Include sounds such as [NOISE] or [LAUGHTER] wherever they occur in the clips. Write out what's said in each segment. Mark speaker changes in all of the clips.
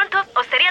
Speaker 1: Osteria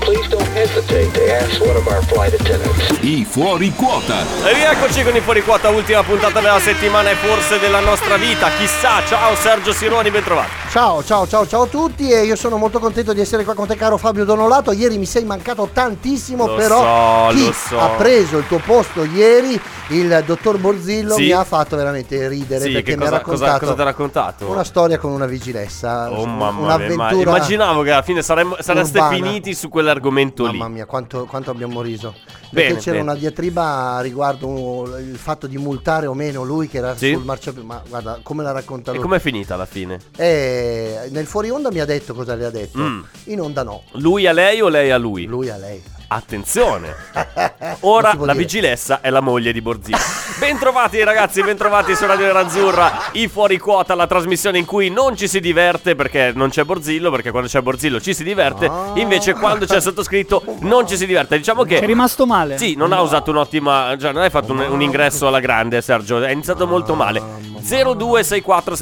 Speaker 2: please don't hesitate to ask one of our flight attendants.
Speaker 3: I fuori quota.
Speaker 4: E rieccoci con i fuori quota, ultima puntata della settimana e forse della nostra vita. Chissà, ciao Sergio Sironi, ben trovato.
Speaker 5: Ciao, ciao, ciao, ciao a tutti e io sono molto contento di essere qua con te caro Fabio Donolato. Ieri mi sei mancato tantissimo,
Speaker 4: Lo
Speaker 5: però
Speaker 4: so,
Speaker 5: chi
Speaker 4: lo so.
Speaker 5: ha preso il tuo posto ieri, il dottor Borzillo,
Speaker 4: Sì.
Speaker 5: mi ha fatto veramente ridere
Speaker 4: Sì,
Speaker 5: perché
Speaker 4: che
Speaker 5: mi ha
Speaker 4: cosa, cosa,
Speaker 5: raccontato
Speaker 4: cosa ti ha raccontato?
Speaker 5: una storia con una vigilessa,
Speaker 4: Oh
Speaker 5: un-
Speaker 4: mamma mia, ma
Speaker 5: un'avventura.
Speaker 4: immaginavo che alla fine saremmo, sareste
Speaker 5: urbana.
Speaker 4: finiti su quell'argomento lì.
Speaker 5: Mamma mia, quanto, quanto abbiamo riso. Perché
Speaker 4: Bene,
Speaker 5: c'era
Speaker 4: bene.
Speaker 5: una diatriba riguardo uh, il fatto di multare o meno lui che era
Speaker 4: Sì.
Speaker 5: sul marciapiede. Ma guarda, come la racconta
Speaker 4: E
Speaker 5: lui.
Speaker 4: com'è finita alla fine?
Speaker 5: Eh, nel fuori onda mi ha detto cosa le ha detto.
Speaker 4: Mm.
Speaker 5: In onda no.
Speaker 4: Lui a lei o lei a lui?
Speaker 5: Lui a lei.
Speaker 4: Attenzione!
Speaker 5: Non
Speaker 4: [LAUGHS] Ora
Speaker 5: si può
Speaker 4: la
Speaker 5: dire.
Speaker 4: vigilessa è la moglie
Speaker 5: [LAUGHS]
Speaker 4: di Borzini. Bentrovati ragazzi, bentrovati su Radio Nerazzurra, i fuori quota, la trasmissione in cui non ci si diverte perché non c'è Borzillo, perché quando c'è Borzillo ci si diverte,
Speaker 5: Ah.
Speaker 4: invece quando c'è sottoscritto non ci si diverte. Diciamo
Speaker 6: Ci è
Speaker 4: che
Speaker 6: rimasto male.
Speaker 4: sì, non ha usato un'ottima. Cioè, non hai fatto un, un ingresso alla grande, Sergio. È iniziato molto male.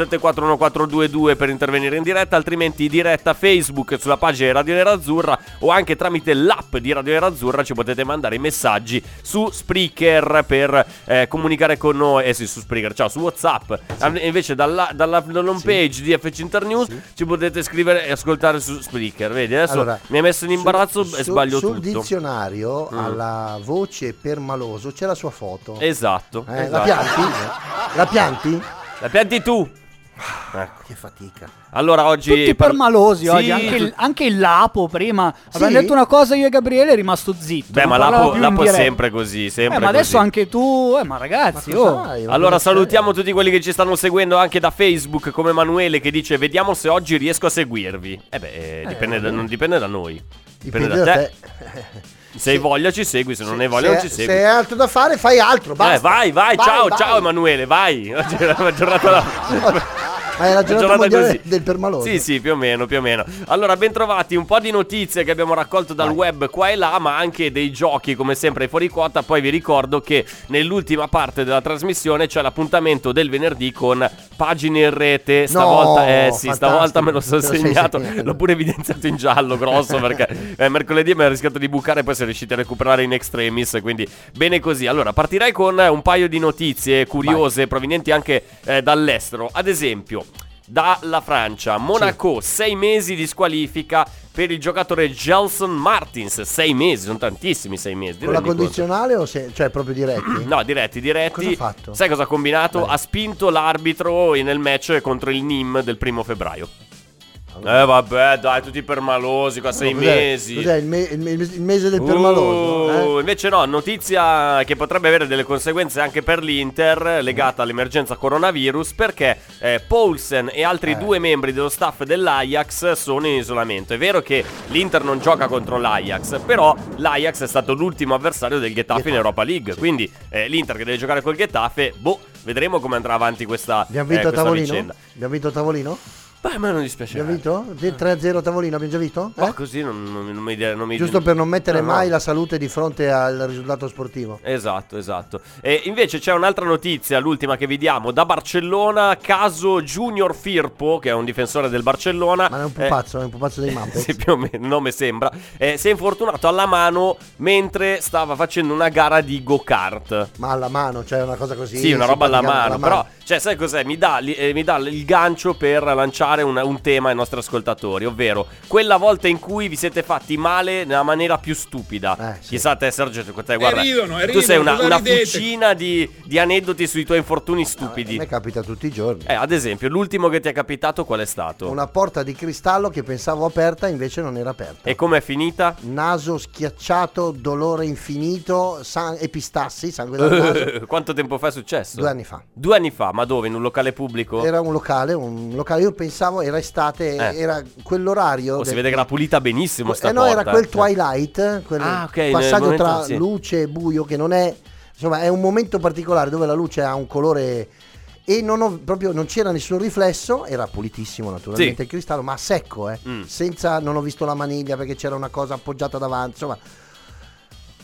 Speaker 4: 0264741422 per intervenire in diretta. Altrimenti, diretta Facebook sulla pagina di Radio Nerazzurra o anche tramite l'app di Radio Nerazzurra ci potete mandare i messaggi su Spreaker per eh, comunicare con noi. Eh sì, su Spreaker, ciao, su WhatsApp. Ah, Invece, dalla, dalla home page di FC Internews ci potete scrivere e ascoltare su Spreaker. Vedi, adesso
Speaker 5: Allora,
Speaker 4: mi hai messo in imbarazzo
Speaker 5: sul-
Speaker 4: e
Speaker 5: sul-
Speaker 4: sbaglio
Speaker 5: sul
Speaker 4: tutto.
Speaker 5: dizionario
Speaker 4: Mm.
Speaker 5: alla voce per maloso c'è la sua foto.
Speaker 4: Esatto,
Speaker 5: Eh,
Speaker 4: esatto.
Speaker 5: La pianti? La pianti?
Speaker 4: La pianti tu. Ecco.
Speaker 5: Che fatica.
Speaker 4: Allora oggi
Speaker 6: Tutti permalosi
Speaker 4: Sì,
Speaker 6: oggi, anche, il,
Speaker 4: tu-
Speaker 6: anche il Lapo prima. Abbiamo
Speaker 5: Sì?
Speaker 6: detto una cosa io e Gabriele è rimasto zitto.
Speaker 4: Beh,
Speaker 6: non
Speaker 4: ma
Speaker 6: parlava
Speaker 4: Lapo,
Speaker 6: più in
Speaker 4: Lapo è
Speaker 6: diretta.
Speaker 4: sempre così, sempre
Speaker 6: Eh, ma adesso
Speaker 4: così.
Speaker 6: anche tu, eh, ma
Speaker 5: Ma
Speaker 6: ragazzi,
Speaker 5: cosa
Speaker 6: oh.
Speaker 5: fai? Ma
Speaker 4: Allora
Speaker 5: cosa c'è?
Speaker 4: salutiamo tutti quelli che ci stanno seguendo anche da Facebook come Emanuele che dice vediamo se oggi riesco a seguirvi. Eh beh, eh, dipende da- non dipende da noi. Dipende, da te. Se hai voglia ci segui, se, [LAUGHS] non hai voglia non ci
Speaker 5: se,
Speaker 4: segui.
Speaker 5: se hai altro da fare, fai altro. Basta.
Speaker 4: Eh, vai, vai, ciao,
Speaker 5: vai.
Speaker 4: ciao Emanuele, vai. [LAUGHS] Oggi è una giornata
Speaker 5: [LAUGHS] Ma è la giornata mondiale
Speaker 4: così.
Speaker 5: del permaloso.
Speaker 4: Sì, sì, più o meno, più o meno. Allora, bentrovati, un po' di notizie che abbiamo raccolto dal web qua e là, ma anche dei giochi come sempre ai fuori quota. Poi vi ricordo che nell'ultima parte della trasmissione c'è l'appuntamento del venerdì con Pagine in rete. Stavolta, eh sì,
Speaker 5: fantastico.
Speaker 4: stavolta me lo sono
Speaker 5: Te lo sei
Speaker 4: segnato.
Speaker 5: segnato.
Speaker 4: L'ho pure evidenziato in giallo grosso perché eh, mercoledì mi ha rischiato di bucare e poi sono riusciti a recuperare in extremis, quindi bene così. Allora, partirei con eh, un paio di notizie curiose provenienti anche eh, dall'estero. Ad esempio, dalla Francia, Monaco, 6 mesi di squalifica per il giocatore Gelson Martins. 6 mesi, sono tantissimi 6 mesi. ti
Speaker 5: Con la
Speaker 4: rendi conto?
Speaker 5: condizionale o se, cioè proprio diretti?
Speaker 4: [CLEARS THROAT] No, diretti, diretti.
Speaker 5: Cosa ha fatto?
Speaker 4: Sai cosa ha combinato?
Speaker 5: Dai.
Speaker 4: Ha spinto l'arbitro nel match contro il Nîmes del primo febbraio. Eh vabbè, dai, tutti permalosi qua, sei
Speaker 5: Cos'è-
Speaker 4: mesi.
Speaker 5: Cos'è il, me- il me- il mese del
Speaker 4: Uh,
Speaker 5: permaloso? eh?
Speaker 4: Invece no, notizia che potrebbe avere delle conseguenze anche per l'Inter legata all'emergenza coronavirus perché eh, Paulsen e altri
Speaker 5: Eh.
Speaker 4: due membri dello staff dell'Ajax sono in isolamento. È vero che l'Inter non gioca contro l'Ajax, però l'Ajax è stato l'ultimo avversario del Getafe in
Speaker 5: Getafe,
Speaker 4: Europa League, quindi eh, l'Inter che deve giocare col Getafe, boh, vedremo come andrà avanti questa,
Speaker 5: Abbiamo
Speaker 4: eh,
Speaker 5: vinto a
Speaker 4: questa
Speaker 5: tavolino?
Speaker 4: vicenda.
Speaker 5: Abbiamo vinto a tavolino?
Speaker 4: Beh, a me non dispiace.
Speaker 5: Abbiamo vinto? 3-0 a tavolino, abbiamo già vinto?
Speaker 4: Ma
Speaker 5: Eh?
Speaker 4: così non, non- non mi, non mi-
Speaker 5: Giusto per non mettere
Speaker 4: No, no.
Speaker 5: mai la salute di fronte al risultato sportivo.
Speaker 4: Esatto, esatto. E invece c'è un'altra notizia, l'ultima che vi diamo, da Barcellona, caso Junior Firpo, che è un difensore del Barcellona.
Speaker 5: Ma è un
Speaker 4: eh,
Speaker 5: pupazzo, è un pupazzo dei Muppets.
Speaker 4: sì, più o meno, il nome sembra. Eh, si è infortunato alla mano mentre stava facendo una gara di go-kart.
Speaker 5: Ma alla mano, cioè una cosa così.
Speaker 4: Sì, una roba alla
Speaker 5: simpatica,
Speaker 4: mano, però, cioè, sai cos'è? Mi dà, li- eh, mi dà il gancio per lanciare un, un tema ai nostri ascoltatori, ovvero quella volta in cui vi siete fatti male nella maniera più stupida.
Speaker 5: Eh, sì.
Speaker 4: Chissà te, Sergio, te- te, guarda,
Speaker 3: Eh, ridono, e
Speaker 4: tu
Speaker 3: ridono,
Speaker 4: sei una,
Speaker 3: cosa
Speaker 4: una
Speaker 3: ridete?
Speaker 4: fucina di, di aneddoti sui tuoi infortuni
Speaker 5: Eh, A me
Speaker 4: stupidi.
Speaker 5: capita tutti i giorni.
Speaker 4: Eh, ecco. ad esempio, l'ultimo che ti è capitato qual è stato?
Speaker 5: Una porta di cristallo che pensavo aperta, invece non era aperta.
Speaker 4: E com'è finita?
Speaker 5: Naso schiacciato, dolore infinito, san- epistassi, sangue dal
Speaker 4: [LAUGHS]
Speaker 5: naso.
Speaker 4: Quanto tempo fa è successo?
Speaker 5: Due anni fa.
Speaker 4: Due anni fa, ma dove? In un locale pubblico?
Speaker 5: Era un locale, un locale, io pensavo era estate,
Speaker 4: Oh. Eh.
Speaker 5: era quell'orario.
Speaker 4: Oh, si
Speaker 5: del-
Speaker 4: vede che era pulita benissimo sta
Speaker 5: eh no, era
Speaker 4: porta,
Speaker 5: quel
Speaker 4: cioè.
Speaker 5: twilight, quel
Speaker 4: Ah, ok, nel
Speaker 5: passaggio
Speaker 4: momento-
Speaker 5: tra
Speaker 4: sì.
Speaker 5: luce e buio che non è insomma, è un momento particolare dove la luce ha un colore e non ho- proprio non c'era nessun riflesso, era pulitissimo naturalmente
Speaker 4: Sì.
Speaker 5: il cristallo, ma secco, eh.
Speaker 4: Mm.
Speaker 5: Senza non ho visto la maniglia perché c'era una cosa appoggiata davanti, insomma.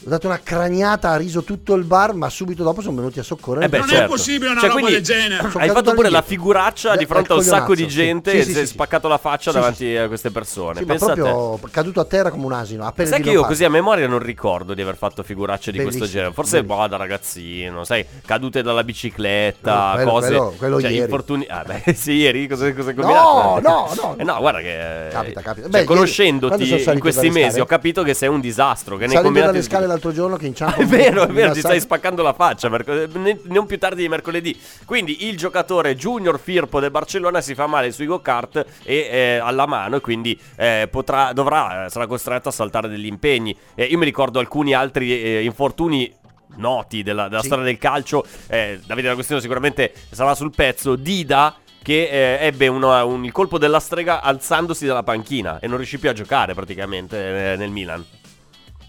Speaker 5: Ho dato una craniata, ha riso tutto il bar, ma subito dopo sono venuti a soccorrere.
Speaker 4: Eh beh,
Speaker 7: Non è
Speaker 4: certo.
Speaker 7: possibile una roba del genere.
Speaker 5: Sono caduto
Speaker 4: Hai fatto pure la
Speaker 5: dall'indietro.
Speaker 4: figuraccia di
Speaker 5: Dal
Speaker 4: fronte a un sacco di
Speaker 5: coglionazzo, sì.
Speaker 4: gente
Speaker 5: ecco Sì,
Speaker 4: e
Speaker 5: sì,
Speaker 4: si è
Speaker 5: sì, sì.
Speaker 4: spaccato la faccia
Speaker 5: Sì,
Speaker 4: davanti
Speaker 5: sì, sì.
Speaker 4: a queste persone.
Speaker 5: Sì, ma
Speaker 4: Pensa a te.
Speaker 5: proprio caduto a terra come un asino. appena
Speaker 4: Sai
Speaker 5: di
Speaker 4: che io
Speaker 5: leopardo.
Speaker 4: così a memoria non ricordo di aver fatto figuracce di questo
Speaker 5: Bellissimo,
Speaker 4: genere. Forse
Speaker 5: bellissimo.
Speaker 4: boh, da ragazzino, sai, cadute dalla bicicletta,
Speaker 5: Quello-
Speaker 4: cose.
Speaker 5: quello- quello
Speaker 4: cioè,
Speaker 5: ieri.
Speaker 4: infortuni- Ah, beh, [LAUGHS] sì, ieri cosa, cosa
Speaker 5: No,
Speaker 4: combinato?
Speaker 5: no, no.
Speaker 4: Eh, no, guarda che.
Speaker 5: Capita, capita.
Speaker 4: Cioè,
Speaker 5: Beh, ieri-
Speaker 4: conoscendoti
Speaker 5: quando sono
Speaker 4: in
Speaker 5: salito
Speaker 4: questi
Speaker 5: dalle
Speaker 4: mesi
Speaker 5: scale?
Speaker 4: ho capito che sei un disastro. Che ne
Speaker 5: Salendo
Speaker 4: combinati
Speaker 5: dalle
Speaker 4: di-
Speaker 5: scale l'altro giorno
Speaker 4: [LAUGHS]
Speaker 5: che inciampo
Speaker 4: È
Speaker 5: in-
Speaker 4: vero, è
Speaker 5: in
Speaker 4: vero,
Speaker 5: una
Speaker 4: ti stai
Speaker 5: sacca.
Speaker 4: spaccando la faccia mercol- ne- non più tardi di mercoledì. Quindi il giocatore Junior Firpo del Barcellona si fa male sui go-kart e eh, alla mano e quindi eh, potrà, dovrà, eh, sarà costretto a saltare degli impegni. Eh, io mi ricordo alcuni altri eh, infortuni noti della, della
Speaker 5: Sì.
Speaker 4: storia del calcio. Eh, Davide D'Agostino sicuramente sarà sul pezzo. Dida che eh, ebbe una- un, il colpo della strega alzandosi dalla panchina e non riuscì più a giocare praticamente eh, nel Milan.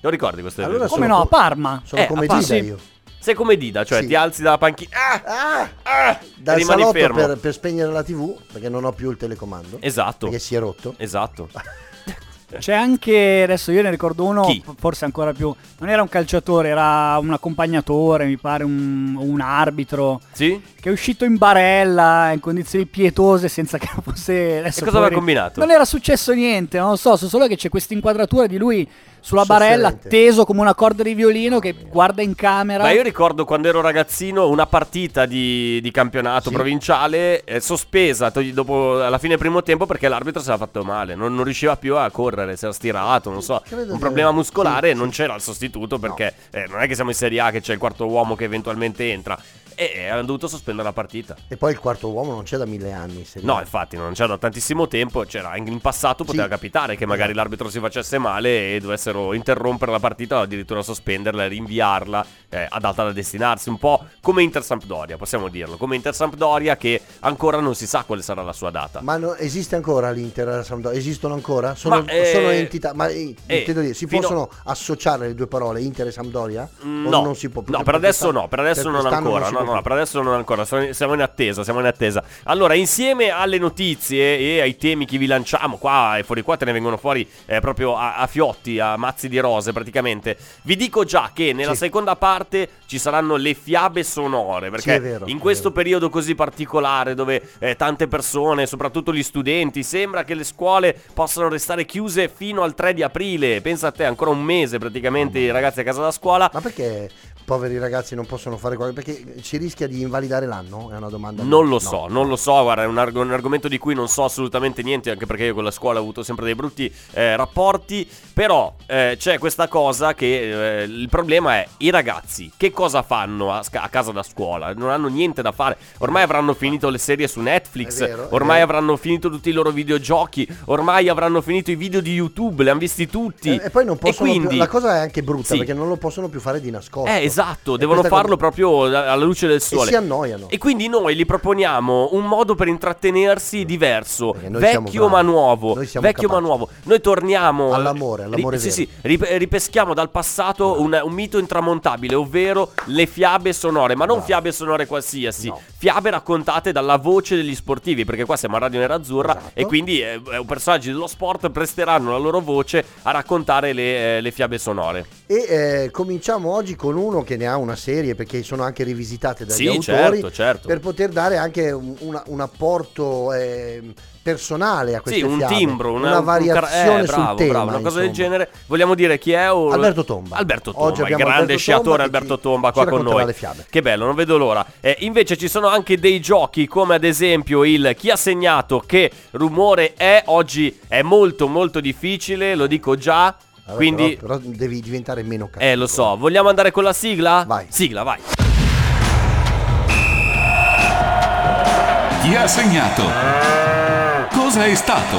Speaker 4: Lo ricordi questo
Speaker 5: Allora
Speaker 4: evento?
Speaker 6: Come
Speaker 5: sono
Speaker 6: no, a
Speaker 5: co-
Speaker 6: Parma.
Speaker 5: Sono
Speaker 4: Eh,
Speaker 5: come
Speaker 4: a parte-
Speaker 5: Dida io.
Speaker 4: Sei come Dida, cioè
Speaker 5: Sì.
Speaker 4: ti alzi dalla panchina ah,
Speaker 5: Ah!
Speaker 4: ah, e
Speaker 5: Dal
Speaker 4: rimani
Speaker 5: salotto
Speaker 4: fermo.
Speaker 5: per, per spegnere la TV, perché non ho più il telecomando.
Speaker 4: Esatto.
Speaker 5: Perché si è rotto.
Speaker 4: Esatto.
Speaker 6: C'è anche, adesso io ne ricordo uno,
Speaker 4: Chi?
Speaker 6: f- forse ancora più, non era un calciatore, era un accompagnatore, mi pare, un, un arbitro,
Speaker 4: Sì?
Speaker 6: che è uscito in barella, in condizioni pietose, senza che [LAUGHS] fosse... adesso
Speaker 4: cosa aveva
Speaker 6: poverino,
Speaker 4: combinato?
Speaker 6: Non era successo niente, non lo so, so solo che c'è questa inquadratura di lui sulla barella,
Speaker 5: Sofferente.
Speaker 6: teso come una corda di violino, che guarda in camera.
Speaker 4: Ma io ricordo quando ero ragazzino una partita di, di campionato
Speaker 5: Sì.
Speaker 4: provinciale eh, sospesa togli- dopo, alla fine del primo tempo perché l'arbitro si era fatto male, non, non riusciva più a correre, si era stirato, non so,
Speaker 5: Credo
Speaker 4: un
Speaker 5: di-
Speaker 4: problema muscolare
Speaker 5: sì,
Speaker 4: e non c'era il sostituto perché eh, non è che siamo in Serie A che c'è il quarto uomo che eventualmente entra e eh, hanno dovuto sospendere la partita.
Speaker 5: E poi il quarto uomo non c'è da mille anni. se
Speaker 4: No,
Speaker 5: no.
Speaker 4: infatti, non c'era da tantissimo tempo. C'era anche in passato, poteva
Speaker 5: Sì.
Speaker 4: capitare che magari l'arbitro si facesse male e dovessero interrompere la partita o addirittura sospenderla e rinviarla eh, a data da destinarsi. Un po' come Inter Sampdoria, possiamo dirlo. Come Inter Sampdoria, che ancora non si sa quale sarà la sua data.
Speaker 5: Ma no- esiste ancora l'Inter e la Sampdoria? Esistono ancora? Sono,
Speaker 4: Ma, eh,
Speaker 5: sono entità. Ma eh,
Speaker 4: eh,
Speaker 5: intendo dire, si
Speaker 4: fino-
Speaker 5: possono associare le due parole Inter e Sampdoria? O
Speaker 4: Mm, No,
Speaker 5: non si può Cioè,
Speaker 4: no, per adesso no, per adesso non
Speaker 5: quest'anno si
Speaker 4: ancora. no,
Speaker 5: può
Speaker 4: no,
Speaker 5: più.
Speaker 4: per adesso non ancora. sono- Siamo in attesa, siamo in attesa. Allora, insieme alle notizie e ai temi che vi lanciamo qua e fuori qua, te ne vengono fuori eh, proprio a, a fiotti, a mazzi di rose praticamente. Vi dico già che nella
Speaker 5: Sì.
Speaker 4: seconda parte ci saranno le fiabe sonore. Perché
Speaker 5: è vero,
Speaker 4: in
Speaker 5: è
Speaker 4: questo
Speaker 5: vero.
Speaker 4: periodo così particolare dove eh, tante persone, soprattutto gli studenti, sembra che le scuole possano restare chiuse fino al 3 di aprile. Pensa a te, ancora un mese praticamente i ragazzi a casa da scuola.
Speaker 5: Ma perché poveri ragazzi non possono fare qualcosa? Perché si rischia di invalidare l'anno? È una domanda.
Speaker 4: Non lo
Speaker 5: No.
Speaker 4: so, non lo so, guarda, è un, arg- un argomento di cui non so assolutamente niente, anche perché io con la scuola ho avuto sempre dei brutti eh, rapporti, però eh, c'è questa cosa che eh, il problema è i ragazzi, che cosa fanno a, sca- a casa da scuola? Non hanno niente da fare, ormai avranno finito le serie su Netflix,
Speaker 5: È vero, è
Speaker 4: ormai
Speaker 5: vero.
Speaker 4: avranno finito tutti i loro videogiochi, ormai avranno finito i video di YouTube, li hanno visti tutti.
Speaker 5: Eh,
Speaker 4: Eh,
Speaker 5: E, e poi non possono più-
Speaker 4: quindi-
Speaker 5: la cosa è anche brutta
Speaker 4: Sì.
Speaker 5: perché non lo possono più fare di nascosto.
Speaker 4: Eh, esatto,
Speaker 5: E
Speaker 4: devono
Speaker 5: questa
Speaker 4: farlo
Speaker 5: cosa-
Speaker 4: proprio da- alla luce del sole.
Speaker 5: E si annoiano.
Speaker 4: Certo. E quindi noi gli proponiamo un modo per intrattenersi diverso,
Speaker 5: Perché noi siamo
Speaker 4: vecchio ma
Speaker 5: bravi.
Speaker 4: nuovo,
Speaker 5: Noi
Speaker 4: vecchio
Speaker 5: siamo
Speaker 4: ma
Speaker 5: capaci.
Speaker 4: nuovo. Noi torniamo
Speaker 5: All'amore, all'amore
Speaker 4: Sì,
Speaker 5: vero.
Speaker 4: sì, rip- ripeschiamo dal passato un, un mito intramontabile, ovvero le fiabe sonore, ma non
Speaker 5: Bravo.
Speaker 4: fiabe sonore qualsiasi,
Speaker 5: No.
Speaker 4: fiabe raccontate dalla voce degli sportivi, perché qua siamo a Radio Nerazzurra
Speaker 5: Esatto.
Speaker 4: e quindi eh, eh, personaggi dello sport presteranno la loro voce a raccontare le, eh, le fiabe sonore.
Speaker 5: E eh, cominciamo oggi con uno che ne ha una serie perché sono anche rivisitate dagli
Speaker 4: sì,
Speaker 5: autori
Speaker 4: certo, certo.
Speaker 5: per poter dare anche un, una- un apporto ehm, personale a queste
Speaker 4: Sì, un
Speaker 5: fiabe.
Speaker 4: timbro, una,
Speaker 5: una
Speaker 4: un car-
Speaker 5: variazione
Speaker 4: eh,
Speaker 5: sul
Speaker 4: bravo,
Speaker 5: tema,
Speaker 4: bravo, una cosa del
Speaker 5: insomma.
Speaker 4: genere. Vogliamo dire chi è? O...
Speaker 5: Alberto Tomba.
Speaker 4: Alberto
Speaker 5: Oggi
Speaker 4: Tomba, il
Speaker 5: abbiamo
Speaker 4: grande
Speaker 5: Alberto
Speaker 4: sciatore
Speaker 5: Tomba che
Speaker 4: Alberto
Speaker 5: ci-
Speaker 4: Tomba
Speaker 5: ci
Speaker 4: qua con
Speaker 5: racconterà
Speaker 4: noi.
Speaker 5: le fiabe.
Speaker 4: Che bello, non vedo l'ora. Eh, invece ci sono anche dei giochi come ad esempio il chi ha segnato che rumore è oggi è molto molto difficile, lo dico già.
Speaker 5: Allora,
Speaker 4: Quindi
Speaker 5: però, però devi diventare meno cattivo.
Speaker 4: eh lo so, vogliamo andare con la sigla?
Speaker 5: Vai.
Speaker 4: Sigla, vai.
Speaker 3: Chi ha segnato? Cosa è stato?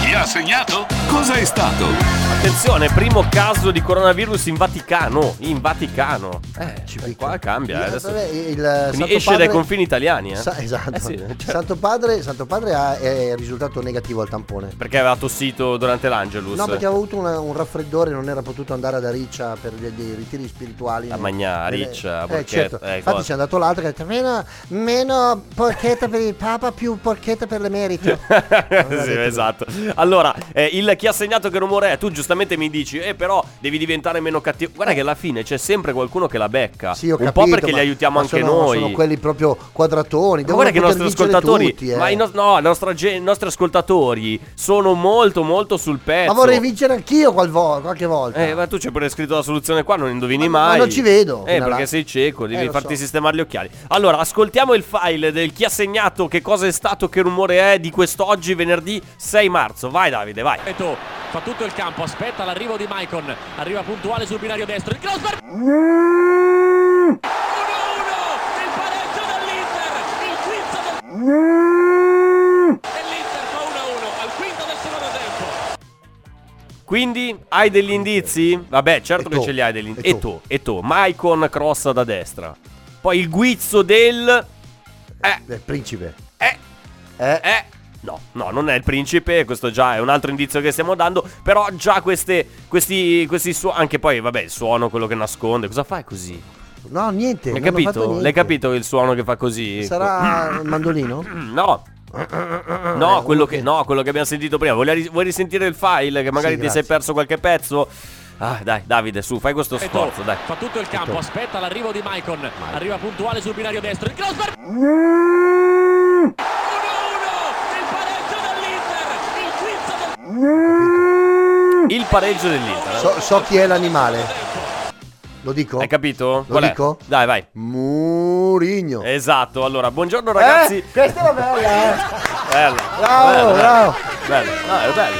Speaker 3: Chi ha segnato?
Speaker 7: Cosa è stato?
Speaker 4: Attenzione, primo caso di coronavirus in Vaticano. In Vaticano. Eh,
Speaker 5: Ci
Speaker 4: cioè,
Speaker 5: picca.
Speaker 4: qua cambia. eh,
Speaker 5: Eh,
Speaker 4: adesso.
Speaker 5: vabbè, il
Speaker 4: Quindi
Speaker 5: Santo
Speaker 4: esce
Speaker 5: Padre-
Speaker 4: dai confini italiani. Eh?
Speaker 5: Sa- esatto.
Speaker 4: Eh sì, cioè,
Speaker 5: Santo Padre, Santo Padre ha- è risultato negativo al tampone.
Speaker 4: perché aveva tossito durante l'Angelus.
Speaker 5: No,
Speaker 4: [LAUGHS]
Speaker 5: perché aveva avuto una- un raffreddore, non era potuto andare ad Ariccia per dei, dei ritiri spirituali.
Speaker 4: A Magnà, a
Speaker 5: Nelle-
Speaker 4: Ariccia, a
Speaker 5: eh, certo.
Speaker 4: Borchetta, eh,
Speaker 5: Infatti
Speaker 4: cosa.
Speaker 5: c'è andato l'altro che ha detto meno, meno porchetta per il Papa, più porchetta per
Speaker 4: [LAUGHS]
Speaker 5: l'emerito. Aveva
Speaker 4: sì,
Speaker 5: detto-
Speaker 4: esatto. Allora, eh, il chi ha segnato che rumore è? Tu giustamente mi dici, eh, però devi diventare meno cattivo. Guarda che alla fine c'è sempre qualcuno che la becca.
Speaker 5: Sì, ho
Speaker 4: Un po'
Speaker 5: capito,
Speaker 4: perché
Speaker 5: ma-
Speaker 4: li aiutiamo
Speaker 5: ma
Speaker 4: anche
Speaker 5: sono-
Speaker 4: noi.
Speaker 5: Sono quelli proprio quadratoni.
Speaker 4: Ma
Speaker 5: devono
Speaker 4: guarda che i
Speaker 5: poter
Speaker 4: nostri
Speaker 5: vincere
Speaker 4: ascoltatori,
Speaker 5: tutti, eh.
Speaker 4: ma i, nos- no, la nostra gen- i nostri ascoltatori sono molto, molto sul pezzo.
Speaker 5: Ma vorrei vincere anch'io qual vo- qualche volta.
Speaker 4: Eh, ma tu c'è pure scritto la soluzione qua, non indovini
Speaker 5: Ah. Ma- ma
Speaker 4: mai.
Speaker 5: non ci vedo,
Speaker 4: Eh,
Speaker 5: fino
Speaker 4: perché
Speaker 5: là.
Speaker 4: sei cieco, devi
Speaker 5: lo
Speaker 4: farti
Speaker 5: so.
Speaker 4: sistemare gli occhiali. Allora, ascoltiamo il file del chi ha segnato, che cosa è stato, che rumore è di quest'oggi, venerdì 6 marzo. Vai Davide, vai.
Speaker 3: Fa tutto il campo, aspetta l'arrivo di Maicon, arriva puntuale sul binario destro. Il cross per 1-1, il pareggio dell'Inter, il quinto del... E l'Inter fa 1-1 al quinto del secondo tempo.
Speaker 4: Quindi hai degli indizi? Vabbè, certo che
Speaker 5: Eto'o.
Speaker 4: ce li hai degli indizi.
Speaker 5: Eto'o.
Speaker 4: Eto, Eto, Maicon crossa da destra. Poi il guizzo del eh
Speaker 5: Del principe.
Speaker 4: eh
Speaker 5: Eh.
Speaker 4: Eh, no, no, non è il principe, questo già è un altro indizio che stiamo dando, però già queste, questi, questi suoni, anche poi, vabbè, il suono, quello che nasconde, cosa fai così?
Speaker 5: No, niente.
Speaker 4: Hai
Speaker 5: non ho fatto
Speaker 4: capito?
Speaker 5: niente.
Speaker 4: L'hai capito il suono che fa così?
Speaker 5: Sarà il mandolino?
Speaker 4: No.
Speaker 5: [COUGHS]
Speaker 4: No
Speaker 5: Eh,
Speaker 4: quello, che, no, quello che abbiamo sentito prima. Vuoi, ri- vuoi risentire il file? Che magari
Speaker 5: Sì,
Speaker 4: ti
Speaker 5: grazie.
Speaker 4: sei perso qualche pezzo? Ah, dai, Davide, su, fai questo sforzo, dai.
Speaker 3: Fa tutto il campo, aspetta l'arrivo di Maicon. Arriva puntuale sul binario destro. Il cross per 1-1! Il pareggio dell'Inter! Il quinto del
Speaker 4: Il pareggio dell'Inter.
Speaker 5: So, so chi è l'animale. Lo dico?
Speaker 4: Hai capito?
Speaker 5: Lo
Speaker 4: Qual è?
Speaker 5: dico?
Speaker 4: Dai, vai.
Speaker 5: Murigno.
Speaker 4: Esatto, allora, buongiorno ragazzi.
Speaker 5: Eh, questa era bella, eh.
Speaker 4: Bello.
Speaker 5: Bravo,
Speaker 4: bello,
Speaker 5: bravo. Ah,
Speaker 4: Bello. Bello. No, è bello.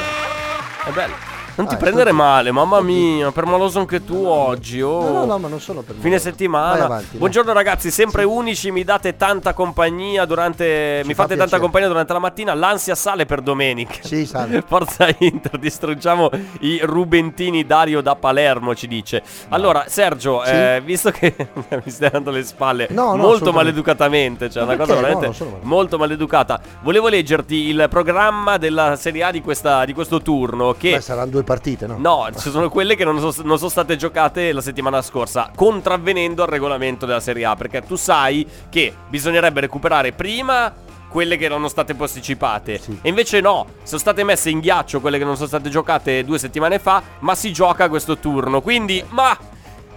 Speaker 4: È bello. Non ti prendere male, mamma mia, permaloso anche tu oggi. Oh.
Speaker 5: No, no, no, ma non sono per me.
Speaker 4: Fine settimana.
Speaker 5: Vai avanti, dai.
Speaker 4: Buongiorno ragazzi, sempre unici, mi date tanta compagnia durante mi
Speaker 5: fa
Speaker 4: fate tanta
Speaker 5: piacere.
Speaker 4: compagnia durante la mattina, l'ansia sale per domenica.
Speaker 5: Sì, sale.
Speaker 4: [LAUGHS] Forza Inter, distruggiamo i Rubentini Dario da Palermo ci dice. Allora, Sergio,
Speaker 5: Sì?
Speaker 4: eh, visto che [LAUGHS] mi stai dando le spalle
Speaker 5: No, no,
Speaker 4: molto
Speaker 5: assolutamente.
Speaker 4: maleducatamente, cioè
Speaker 5: Ma
Speaker 4: una cosa
Speaker 5: perché? No,
Speaker 4: veramente
Speaker 5: non sono maleducato.
Speaker 4: molto maleducata. Volevo leggerti il programma della Serie A di, questa- di questo turno che
Speaker 5: Beh, saranno due partite, no?
Speaker 4: No, ci sono quelle che non, so- non sono state giocate la settimana scorsa, contravvenendo al regolamento della Serie A, perché tu sai che bisognerebbe recuperare prima quelle che erano state posticipate.
Speaker 5: Sì.
Speaker 4: E invece no, sono state messe in ghiaccio quelle che non sono state giocate due settimane fa, ma si gioca questo turno. Quindi, ma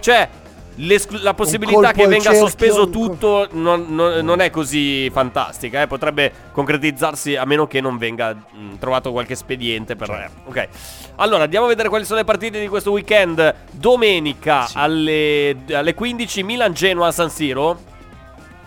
Speaker 4: c'è Cioè, l'esclu- la possibilità
Speaker 5: colpo
Speaker 4: che
Speaker 5: al
Speaker 4: venga
Speaker 5: cerchio,
Speaker 4: sospeso
Speaker 5: un col-
Speaker 4: tutto, non, non- non è così fantastica. eh, Potrebbe concretizzarsi a meno che non venga mh, trovato qualche spediente per. Ok. Allora, andiamo a vedere quali sono le partite di questo weekend. Domenica alle, alle 15 Milan-Genoa a San Siro.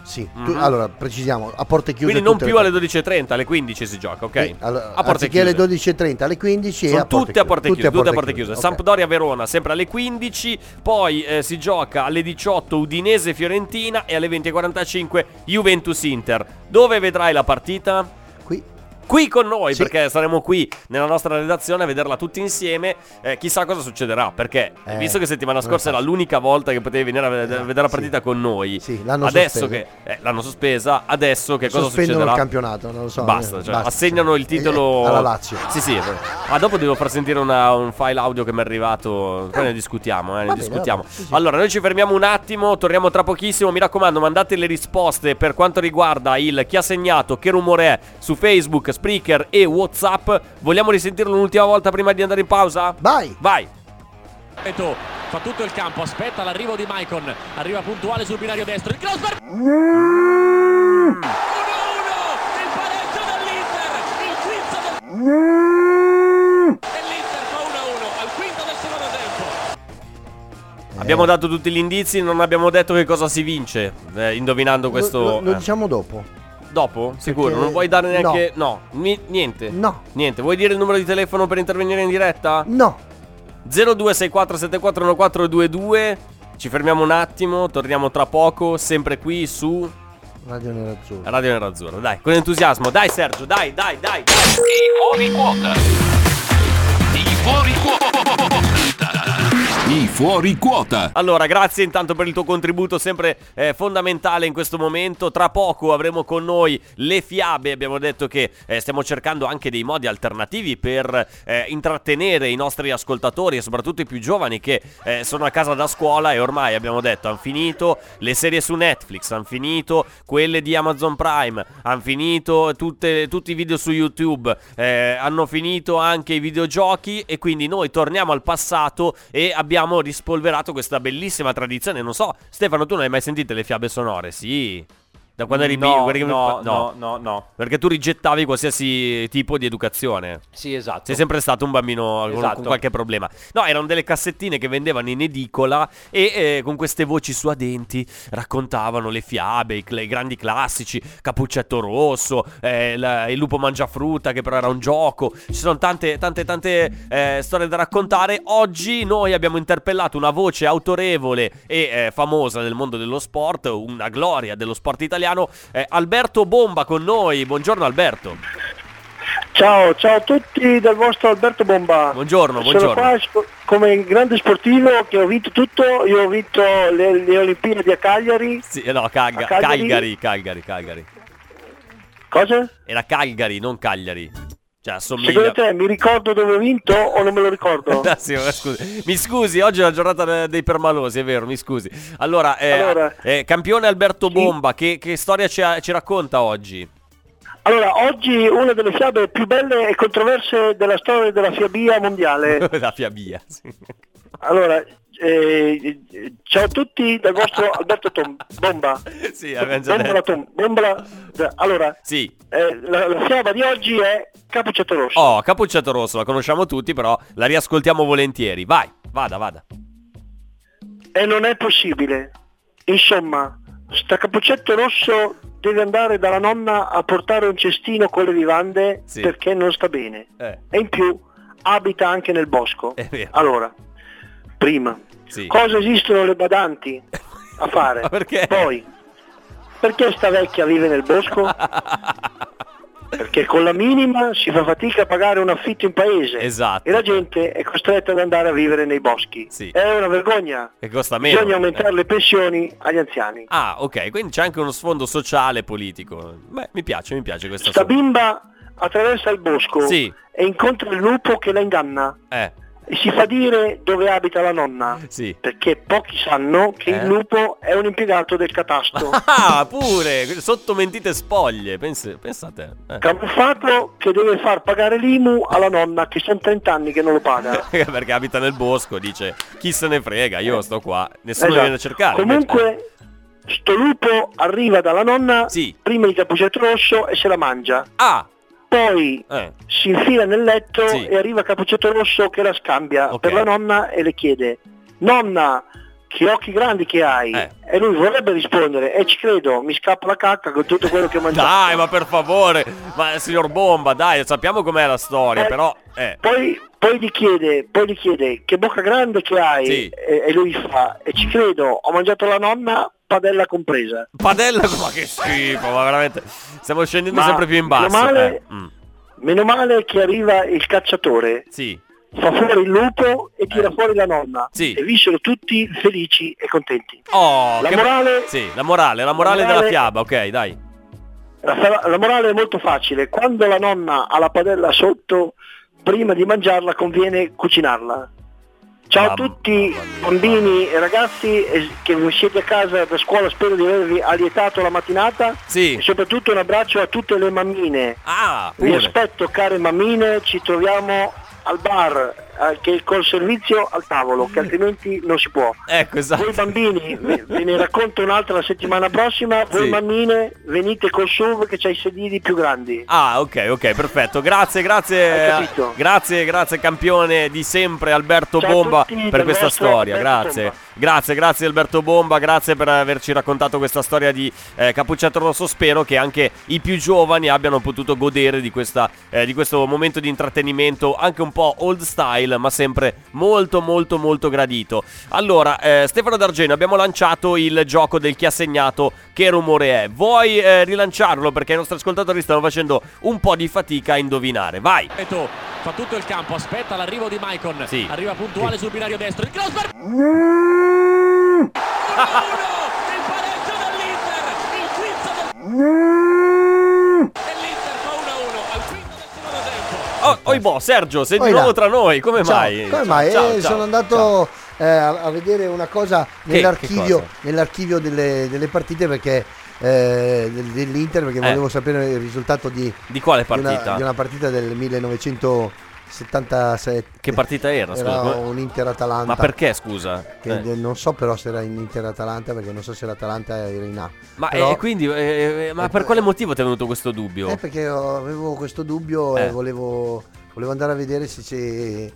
Speaker 5: Sì. tu-
Speaker 4: Mhm.
Speaker 5: allora, precisiamo, a porte chiuse.
Speaker 4: Quindi non
Speaker 5: tutte
Speaker 4: più
Speaker 5: le-
Speaker 4: alle 12.30, alle 15 si gioca, ok?
Speaker 5: Sì, allora,
Speaker 4: a porte
Speaker 5: anziché alle
Speaker 4: chiuse.
Speaker 5: 12.30, alle 15 e
Speaker 4: Sono
Speaker 5: a porte
Speaker 4: tutte a porte chiuse, tutte a porte chiuse.
Speaker 5: ok.
Speaker 4: Sampdoria Verona sempre alle 15, poi eh, si gioca alle 18 Udinese Fiorentina e alle 20:45 Juventus Inter. Dove vedrai la partita?
Speaker 5: Qui
Speaker 4: Qui con noi,
Speaker 5: Sì.
Speaker 4: perché saremo qui nella nostra redazione a vederla tutti insieme. Eh, chissà cosa succederà, perché
Speaker 5: Eh,
Speaker 4: visto che settimana
Speaker 5: non è
Speaker 4: scorsa era
Speaker 5: facile.
Speaker 4: l'unica volta che potevi venire a ved-
Speaker 5: Eh,
Speaker 4: vedere la
Speaker 5: sì.
Speaker 4: partita con noi,
Speaker 5: Sì, l'hanno
Speaker 4: adesso
Speaker 5: sospesa.
Speaker 4: che eh, l'hanno sospesa, adesso che cosa
Speaker 5: sospendono
Speaker 4: succederà?
Speaker 5: il campionato, non lo so.
Speaker 4: Basta,
Speaker 5: eh,
Speaker 4: cioè,
Speaker 5: basta,
Speaker 4: assegnano
Speaker 5: sì.
Speaker 4: il titolo
Speaker 5: Eh, alla Lazio.
Speaker 4: Sì, sì. eh. Ma dopo devo far sentire una- un file audio che mi è arrivato. Poi ne discutiamo, eh, ne
Speaker 5: bene,
Speaker 4: discutiamo.
Speaker 5: va bene, sì, sì.
Speaker 4: Allora, noi ci fermiamo un attimo, torniamo tra pochissimo. Mi raccomando, mandate le risposte per quanto riguarda il chi ha segnato, che rumore è su Facebook, Spreaker e WhatsApp. Vogliamo risentirlo un'ultima volta prima di andare in pausa?
Speaker 5: Vai.
Speaker 4: Vai.
Speaker 3: Eto fa tutto il campo, aspetta l'arrivo di Maicon, arriva puntuale sul binario destro, il cross per 1-1, il pareggio dell'Inter, il quinto del... E l'Inter fa 1-1 al quinto del secondo tempo.
Speaker 5: Eh.
Speaker 4: Abbiamo dato tutti gli indizi, non abbiamo detto che cosa si vince. eh, indovinando
Speaker 5: Lo-
Speaker 4: questo.
Speaker 5: lo, lo
Speaker 4: eh.
Speaker 5: diciamo dopo.
Speaker 4: Dopo? Sicuro?
Speaker 5: Perché-
Speaker 4: Non vuoi dare neanche. No, Ni- niente.
Speaker 5: No.
Speaker 4: Niente. Vuoi dire il numero di telefono per intervenire in diretta?
Speaker 5: No.
Speaker 4: 0264741422. Ci fermiamo un attimo, torniamo tra poco, sempre qui su
Speaker 5: Radio Nerazzurro.
Speaker 4: Radio Nerazzurro. Dai, con entusiasmo. Dai Sergio, dai, dai, dai. dai.
Speaker 7: I fuori quota. I Fuori quota. I fuori quota.
Speaker 4: Allora, grazie intanto per il tuo contributo, sempre eh, fondamentale in questo momento. Tra poco avremo con noi le fiabe. Abbiamo detto che eh, stiamo cercando anche dei modi alternativi per eh, intrattenere i nostri ascoltatori e soprattutto i più giovani che eh, sono a casa da scuola e ormai abbiamo detto hanno finito le serie su Netflix, hanno finito quelle di Amazon Prime, hanno finito tutte- tutti i video su YouTube, eh, hanno finito anche i videogiochi e quindi noi torniamo al passato e abbiamo rispolverato questa bellissima tradizione. Non so, Stefano, tu non hai mai sentito le fiabe sonore? Sì. Da quando eri
Speaker 8: No,
Speaker 4: bimbo, perché-
Speaker 8: no, no, no, no.
Speaker 4: Perché tu rigettavi qualsiasi tipo di educazione.
Speaker 8: Sì, esatto.
Speaker 4: Sei sempre stato un bambino con- con
Speaker 8: Esatto.
Speaker 4: qualche problema. No, erano delle cassettine che vendevano in edicola e eh, con queste voci suadenti raccontavano le fiabe, i, cl- i grandi classici, Capuccetto Rosso, eh, la- il lupo mangiafrutta che però era un gioco. Ci sono tante, tante, tante eh, storie da raccontare. Oggi noi abbiamo interpellato una voce autorevole e eh, famosa nel mondo dello sport, una gloria dello sport italiano, eh, Alberto Bomba con noi. Buongiorno Alberto.
Speaker 9: Ciao, ciao a tutti dal vostro Alberto Bomba.
Speaker 4: Buongiorno,
Speaker 9: Sono
Speaker 4: buongiorno.
Speaker 9: qua sp- come grande sportivo che ho vinto tutto, io ho vinto le, le Olimpiadi a Cagliari.
Speaker 4: Sì, eh, no, Calga-
Speaker 9: A
Speaker 4: Calgari,
Speaker 9: Cagliari?
Speaker 4: Calgari, Calgari.
Speaker 9: Cosa?
Speaker 4: Era Calgari, non Cagliari. Cioè, assomiglia.
Speaker 9: Secondo
Speaker 4: [LAUGHS]
Speaker 9: te mi ricordo dove ho vinto o non me lo ricordo?
Speaker 4: Ah, sì, ma scusi. Mi scusi, oggi è la giornata de- dei permalosi, è vero, mi scusi. Allora, [LAUGHS] eh,
Speaker 9: Allora.
Speaker 4: eh, campione Alberto Bomba, che, che storia ci, ha- ci racconta oggi?
Speaker 9: Allora, oggi una delle fiabe più belle e controverse della storia della fiabia
Speaker 4: [LAUGHS]
Speaker 9: mondiale.
Speaker 4: La fiabia. sì.
Speaker 9: Allora, eh, eh, ciao a tutti dal vostro Alberto Tom- Bomba.
Speaker 4: Sì, abbiamo già
Speaker 9: Bomba Ah. la
Speaker 4: detto.
Speaker 9: Tom- Bomba la- Allora,
Speaker 4: Sì.
Speaker 9: eh, la, la fiaba di oggi è Capuccetto Rosso.
Speaker 4: Oh, Cappuccetto Rosso, la conosciamo tutti, però la riascoltiamo volentieri. Vai, vada, vada.
Speaker 9: E non è possibile. Insomma, sta capuccetto rosso deve andare dalla nonna a portare un cestino con le vivande
Speaker 4: Sì.
Speaker 9: perché non sta bene.
Speaker 4: Eh,
Speaker 9: E in più abita anche nel bosco.
Speaker 4: È vero.
Speaker 9: Allora, prima,
Speaker 4: sì.
Speaker 9: cosa esistono le badanti
Speaker 4: [LAUGHS]
Speaker 9: a fare?
Speaker 4: Ma perché?
Speaker 9: Poi, perché sta vecchia vive nel
Speaker 4: [LAUGHS]
Speaker 9: bosco? Perché con la minima si fa fatica a pagare un affitto in paese
Speaker 4: Esatto.
Speaker 9: e la gente è costretta ad andare a vivere nei boschi.
Speaker 4: Sì.
Speaker 9: È una vergogna.
Speaker 4: Che costa meno.
Speaker 9: Bisogna aumentare
Speaker 4: Eh.
Speaker 9: le pensioni agli anziani.
Speaker 4: Ah, ok, quindi c'è anche uno sfondo sociale e politico. Beh, mi piace, mi piace questa
Speaker 9: Sta
Speaker 4: sua-
Speaker 9: bimba attraversa il bosco
Speaker 4: Sì.
Speaker 9: e incontra il lupo che la inganna
Speaker 4: Eh,
Speaker 9: e si fa dire dove abita la nonna.
Speaker 4: sì.
Speaker 9: Perché pochi sanno che
Speaker 4: Eh?
Speaker 9: il lupo è un impiegato del catasto,
Speaker 4: [LAUGHS] Ah, pure! Sotto mentite spoglie, pensa, pensa a te. Eh.
Speaker 9: camuffato che deve far pagare l'IMU alla nonna che sono 30 anni che non lo paga.
Speaker 4: [LAUGHS] Perché abita nel bosco, dice chi se ne frega, io sto qua, nessuno
Speaker 9: Esatto.
Speaker 4: viene a cercare.
Speaker 9: Comunque, sto lupo arriva dalla nonna
Speaker 4: Sì.
Speaker 9: prima di Capuccetto Rosso e se la mangia.
Speaker 4: Ah,
Speaker 9: Poi
Speaker 4: eh,
Speaker 9: si infila nel letto
Speaker 4: Sì.
Speaker 9: e arriva Capuccetto Rosso che la scambia
Speaker 4: Ok.
Speaker 9: per la nonna e le chiede Nonna, che occhi grandi che hai?
Speaker 4: Eh.
Speaker 9: E lui vorrebbe rispondere, e ci credo, mi scappa la cacca con tutto quello che
Speaker 4: [LAUGHS]
Speaker 9: ho mangiato.
Speaker 4: dai, ma per favore, ma signor Bomba, dai, sappiamo com'è la storia,
Speaker 9: Eh,
Speaker 4: però... Eh,
Speaker 9: Poi, poi gli chiede, poi gli chiede, che bocca grande che hai?
Speaker 4: Sì.
Speaker 9: E, e lui fa, e ci credo, ho mangiato la nonna, padella compresa.
Speaker 4: padella, ma che schifo, ma veramente... Stiamo scendendo
Speaker 9: Ma
Speaker 4: sempre più in
Speaker 9: meno
Speaker 4: basso.
Speaker 9: male-
Speaker 4: eh. Mm,
Speaker 9: Meno male che arriva il cacciatore,
Speaker 4: Sì,
Speaker 9: fa fuori il lupo e tira
Speaker 4: Eh.
Speaker 9: fuori la nonna.
Speaker 4: Sì.
Speaker 9: E vissero tutti felici e contenti.
Speaker 4: Oh,
Speaker 9: La
Speaker 4: che-
Speaker 9: morale-
Speaker 4: Sì, la morale, la morale
Speaker 9: La
Speaker 4: della
Speaker 9: morale-
Speaker 4: fiaba, ok, dai.
Speaker 9: La, fa- la morale è molto facile, quando la nonna ha la padella sotto, prima di mangiarla conviene cucinarla. Ciao a
Speaker 4: Mamma
Speaker 9: tutti
Speaker 4: mia.
Speaker 9: bambini e ragazzi eh, che siete a casa da scuola, spero di avervi allietato la mattinata
Speaker 4: Sì.
Speaker 9: e soprattutto un abbraccio a tutte le mammine.
Speaker 4: Ah,
Speaker 9: Vi
Speaker 4: pure.
Speaker 9: aspetto care mammine, ci troviamo al bar, eh, che col servizio al tavolo,
Speaker 4: Mm.
Speaker 9: che altrimenti non si può.
Speaker 4: Ecco, esatto.
Speaker 9: Voi bambini, ve ve ne racconto un'altra la settimana prossima, voi
Speaker 4: Sì.
Speaker 9: mammine venite col SUV che c'ha i sedili più grandi.
Speaker 4: Ah, ok, ok, perfetto. Grazie,
Speaker 9: Hai
Speaker 4: grazie.
Speaker 9: capito?
Speaker 4: Grazie, grazie campione di sempre Alberto
Speaker 9: Ciao a
Speaker 4: Bomba
Speaker 9: tutti,
Speaker 4: per
Speaker 9: dal
Speaker 4: questa
Speaker 9: vostro
Speaker 4: storia.
Speaker 9: Alberto
Speaker 4: grazie.
Speaker 9: Bomba.
Speaker 4: Grazie, grazie Alberto Bomba, grazie per averci raccontato questa storia di eh, Cappuccetto Rosso. Spero che anche i più giovani abbiano potuto godere di, questa, eh, di questo momento di intrattenimento anche un po' old style mail, ma sempre molto molto molto gradito. Allora, eh, Stefano D'Argeno, abbiamo lanciato il gioco del chi ha segnato che rumore è. Vuoi eh, rilanciarlo? Perché i nostri ascoltatori stanno facendo un po' di fatica a indovinare. Vai!
Speaker 3: Eto fa tutto il campo, aspetta l'arrivo di Maicon.
Speaker 4: Sì.
Speaker 3: Arriva puntuale sul binario destro. Il cross per
Speaker 4: [LAUGHS]
Speaker 3: uno! Il pareggio dell'Inter! Il quinto del... E l'Inter fa 1-1 al quinto del secondo tempo.
Speaker 4: Oh, oi boh, Sergio, sei
Speaker 5: Oi
Speaker 4: di
Speaker 5: là.
Speaker 4: nuovo tra noi, come
Speaker 5: Ciao,
Speaker 4: mai?
Speaker 5: Come
Speaker 4: Ciao,
Speaker 5: mai?
Speaker 4: ciao,
Speaker 5: Eh,
Speaker 4: ciao,
Speaker 5: sono
Speaker 4: ciao.
Speaker 5: andato eh, a, a vedere una cosa
Speaker 4: Che-
Speaker 5: nell'archivio,
Speaker 4: che cosa?
Speaker 5: nell'archivio delle, delle partite perché, eh, del- dell'Inter perché
Speaker 4: Eh.
Speaker 5: volevo sapere il risultato di, di
Speaker 4: Di quale
Speaker 5: una- Di,
Speaker 4: partita?
Speaker 5: una, partita del 1977.
Speaker 4: Che partita era, scusa?
Speaker 5: Era
Speaker 4: Come-
Speaker 5: un Inter-Atalanta.
Speaker 4: Ma perché, scusa?
Speaker 5: Che
Speaker 4: Eh.
Speaker 5: de- non so però se era in Inter-Atalanta perché non so se l'Atalanta era in A.
Speaker 4: Ma
Speaker 5: Però-
Speaker 4: eh, quindi, eh, eh, ma per quale motivo ti è venuto questo dubbio?
Speaker 5: Eh, perché ho- avevo questo dubbio
Speaker 4: Eh.
Speaker 5: e volevo, volevo andare a vedere se c'è...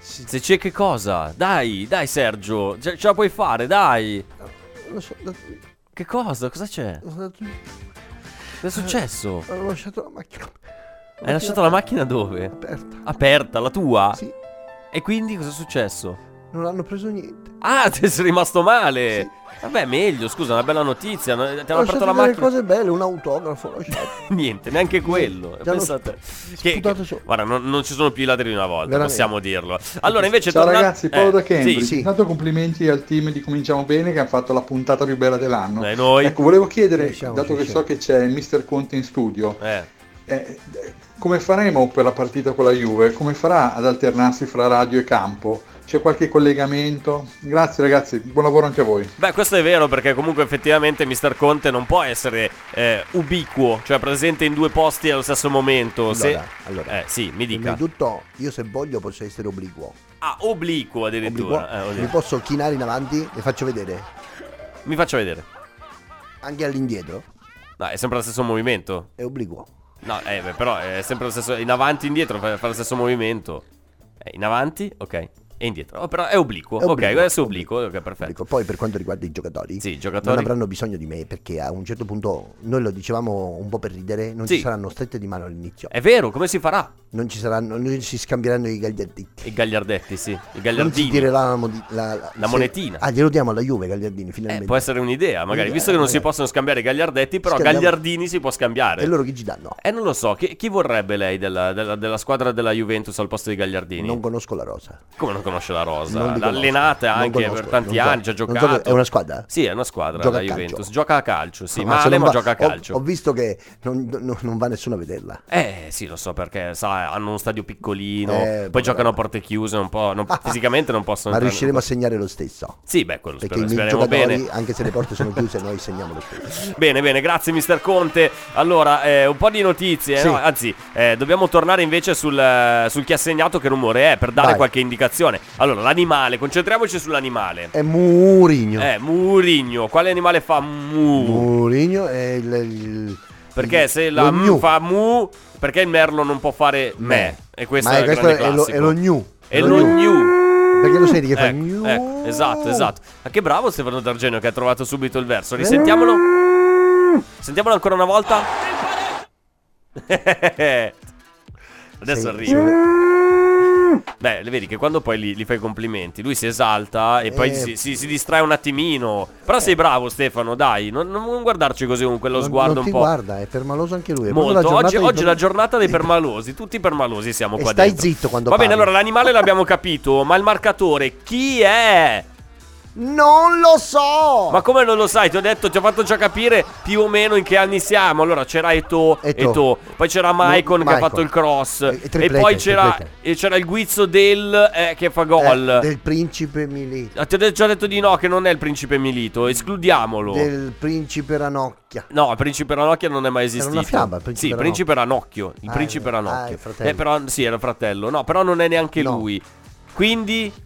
Speaker 5: se-
Speaker 4: Se c'è che cosa? Dai, dai Sergio, ce, ce la puoi fare, dai.
Speaker 5: non so,
Speaker 4: Che cosa? Cosa c'è?
Speaker 5: ho dato-
Speaker 4: Cosa è successo?
Speaker 5: Ho lasciato la macchina.
Speaker 4: Hai lasciato la macchina dove?
Speaker 5: Aperta.
Speaker 4: Aperta, la tua?
Speaker 5: Sì,
Speaker 4: E quindi cosa è successo?
Speaker 5: non hanno preso niente.
Speaker 4: Ah, [LAUGHS] ti sei rimasto male. Vabbè, meglio, scusa, una bella notizia. no? Ti hanno aperto la
Speaker 5: delle
Speaker 4: macchina.
Speaker 5: cose belle, un autografo. ho lasciato.
Speaker 4: [LAUGHS] Niente, neanche quello.
Speaker 5: Già lo
Speaker 4: Pensate.
Speaker 5: sp-
Speaker 4: Che,
Speaker 5: sputato
Speaker 4: che-
Speaker 5: sopra.
Speaker 4: guarda, non, non ci sono più i ladri di una volta,
Speaker 5: Veramente.
Speaker 4: possiamo dirlo. Allora, invece,
Speaker 7: Ciao
Speaker 4: torna-
Speaker 7: ragazzi, Paolo
Speaker 4: Eh,
Speaker 7: da Cambridge.
Speaker 4: sì.
Speaker 7: Intanto complimenti al team di Cominciamo Bene che hanno fatto la puntata più bella dell'anno.
Speaker 4: Eh, noi.
Speaker 7: Ecco, volevo chiedere,
Speaker 5: Riusciamo,
Speaker 7: dato che
Speaker 5: riusciamo.
Speaker 7: so che c'è il mister Conte in studio,
Speaker 4: Eh.
Speaker 7: eh, eh, come faremo per la partita con la Juve? Come farà ad alternarsi fra radio e campo? C'è qualche collegamento? Grazie ragazzi, buon lavoro anche a voi.
Speaker 4: Beh, questo è vero perché comunque effettivamente Mr. Conte non può essere eh, ubiquo, cioè presente in due posti allo stesso momento. Se-
Speaker 5: Allora, allora.
Speaker 4: Eh, sì, mi dica.
Speaker 5: Innanzitutto, io se voglio posso essere obliquo.
Speaker 4: Ah, obliquo
Speaker 5: Obliquo.
Speaker 4: addirittura. Eh, voglio
Speaker 5: Mi
Speaker 4: dire.
Speaker 5: posso chinare in avanti e faccio vedere
Speaker 4: Mi faccio vedere.
Speaker 5: anche all'indietro.
Speaker 4: No, è sempre lo stesso movimento.
Speaker 5: È obliquo.
Speaker 4: No, eh, beh, però è sempre lo stesso. In avanti, indietro, fa, fa lo stesso movimento. Eh, in avanti, ok. E indietro. Oh, però è obliquo.
Speaker 5: È obliquo,
Speaker 4: ok, adesso è obliquo. Ok, perfetto.
Speaker 5: Obliquo. Ecco, Poi, per quanto riguarda i giocatori,
Speaker 4: Sì, i giocatori.
Speaker 5: non avranno bisogno di me perché a un certo punto, noi lo dicevamo un po' per ridere, non
Speaker 4: Sì. Eh.
Speaker 5: ci saranno strette di mano all'inizio.
Speaker 4: È vero, come si farà?
Speaker 5: Non ci saranno, non si scambieranno i gagliardetti.
Speaker 4: I Gagliardetti, sì. I
Speaker 5: Non si
Speaker 4: Gagliardini. Eh,
Speaker 5: tirerà la, modi- la,
Speaker 4: La monetina.
Speaker 5: Ah, glielo diamo alla Juve Gagliardini
Speaker 4: Eh,
Speaker 5: finalmente.
Speaker 4: può essere un'idea, magari.
Speaker 5: Un'idea,
Speaker 4: Visto che non si
Speaker 5: magari.
Speaker 4: possono scambiare i Gagliardetti, però
Speaker 5: Scambiamo.
Speaker 4: Gagliardini si può scambiare.
Speaker 5: E loro che ci danno?
Speaker 4: Eh, non lo so, chi, chi vorrebbe lei della, della- della squadra della Juventus al posto di Gagliardini?
Speaker 5: Non conosco la rosa.
Speaker 4: Come non conosce la
Speaker 5: Non
Speaker 4: Rosa?
Speaker 5: li
Speaker 4: L'ha
Speaker 5: conosco,
Speaker 4: allenata
Speaker 5: non
Speaker 4: anche
Speaker 5: conosco,
Speaker 4: per tanti
Speaker 5: non so.
Speaker 4: anni, ci ha
Speaker 5: Non so
Speaker 4: giocato.
Speaker 5: che- è una squadra?
Speaker 4: Sì, è una squadra
Speaker 5: Gioca
Speaker 4: la
Speaker 5: a calcio.
Speaker 4: Juventus. Gioca a calcio, sì,
Speaker 5: Ah,
Speaker 4: ma
Speaker 5: se
Speaker 4: Ale
Speaker 5: non va-
Speaker 4: ma gioca a
Speaker 5: ho-
Speaker 4: calcio.
Speaker 5: Ho, visto che non, non- non va nessuno a vederla.
Speaker 4: Eh sì, lo so perché sa, hanno uno stadio piccolino,
Speaker 5: Eh,
Speaker 4: poi
Speaker 5: povera.
Speaker 4: giocano a porte chiuse, un po',
Speaker 5: [LAUGHS]
Speaker 4: non- fisicamente non possono
Speaker 5: Ma
Speaker 4: entrare-
Speaker 5: riusciremo a segnare lo stesso.
Speaker 4: Sì, beh, quello
Speaker 5: Perché
Speaker 4: spero-
Speaker 5: i miei
Speaker 4: speriamo
Speaker 5: giocatori,
Speaker 4: bene.
Speaker 5: anche se le porte
Speaker 4: [LAUGHS]
Speaker 5: sono chiuse, noi segniamo lo stesso.
Speaker 4: Bene, bene, grazie mister Conte. Allora, eh, un po' di notizie,
Speaker 5: Sì.
Speaker 4: no? anzi, eh, dobbiamo tornare invece sul, eh, sul chi ha segnato che rumore è per dare
Speaker 5: Vai.
Speaker 4: qualche indicazione. Allora, l'animale, concentriamoci sull'animale.
Speaker 5: È Murigno.
Speaker 4: Eh, Murigno, quale animale fa mu?
Speaker 5: Murigno è il... il-
Speaker 4: perché
Speaker 5: il-
Speaker 4: se
Speaker 5: lo
Speaker 4: la mu
Speaker 5: gnu.
Speaker 4: fa mu, perché il merlo non può fare me? E questo
Speaker 5: Eh. Ma
Speaker 4: è il
Speaker 5: questo
Speaker 4: grande
Speaker 5: è lo,
Speaker 4: classico.
Speaker 5: è lo gnu.
Speaker 4: È lo gnu.
Speaker 5: Perché lo senti che fa
Speaker 4: Ecco,
Speaker 5: gnu?
Speaker 4: ecco, esatto, esatto. Ma che bravo Stefano D'Argenio che ha trovato subito il
Speaker 5: Eh?
Speaker 4: verso. Risentiamolo. Sentiamolo ancora una volta. [LAUGHS] Adesso
Speaker 5: Sì,
Speaker 4: arriva. Beh, le vedi che quando poi gli, gli fai i complimenti, lui si esalta e poi
Speaker 5: Eh.
Speaker 4: si, si- si distrae un attimino. Però sei bravo, Stefano, dai, non, non guardarci così con quello
Speaker 5: Non-
Speaker 4: sguardo
Speaker 5: non
Speaker 4: un
Speaker 5: ti
Speaker 4: po'.
Speaker 5: guarda, è permaloso anche lui. È proprio
Speaker 4: Molto. Oggi,
Speaker 5: dei
Speaker 4: oggi è la
Speaker 5: per-
Speaker 4: giornata dei
Speaker 5: dei-
Speaker 4: permalosi, tutti permalosi siamo
Speaker 5: E
Speaker 4: qua
Speaker 5: stai
Speaker 4: dentro.
Speaker 5: zitto quando
Speaker 4: Va bene,
Speaker 5: parli.
Speaker 4: allora l'animale l'abbiamo capito, ma il marcatore chi è?
Speaker 5: Non lo so!
Speaker 4: Ma come non lo sai? Ti ho detto, ti ho fatto già capire più o meno in che anni siamo. Allora c'era Eto,
Speaker 5: Eto'o.
Speaker 4: poi c'era Maicon che ha
Speaker 5: Maicon.
Speaker 4: fatto il cross,
Speaker 5: E- e triplete,
Speaker 4: poi c'era,
Speaker 5: triplete.
Speaker 4: e c'era il guizzo del eh, che fa gol.
Speaker 5: Eh, del principe Mili.
Speaker 4: Ah, Ti ho de- già detto di no, che non è il principe Milito, escludiamolo.
Speaker 5: Del principe Ranocchia.
Speaker 4: No, il principe Ranocchio non è mai esistito.
Speaker 5: una fiaba, il principe
Speaker 4: sì, il
Speaker 5: Ranocchio.
Speaker 4: principe Ranocchio. Il
Speaker 5: Ah,
Speaker 4: principe
Speaker 5: eh,
Speaker 4: Ranocchio.
Speaker 5: ah, il fratello.
Speaker 4: Eh, però, sì, era il fratello. No, però non è neanche
Speaker 5: No.
Speaker 4: lui. Quindi.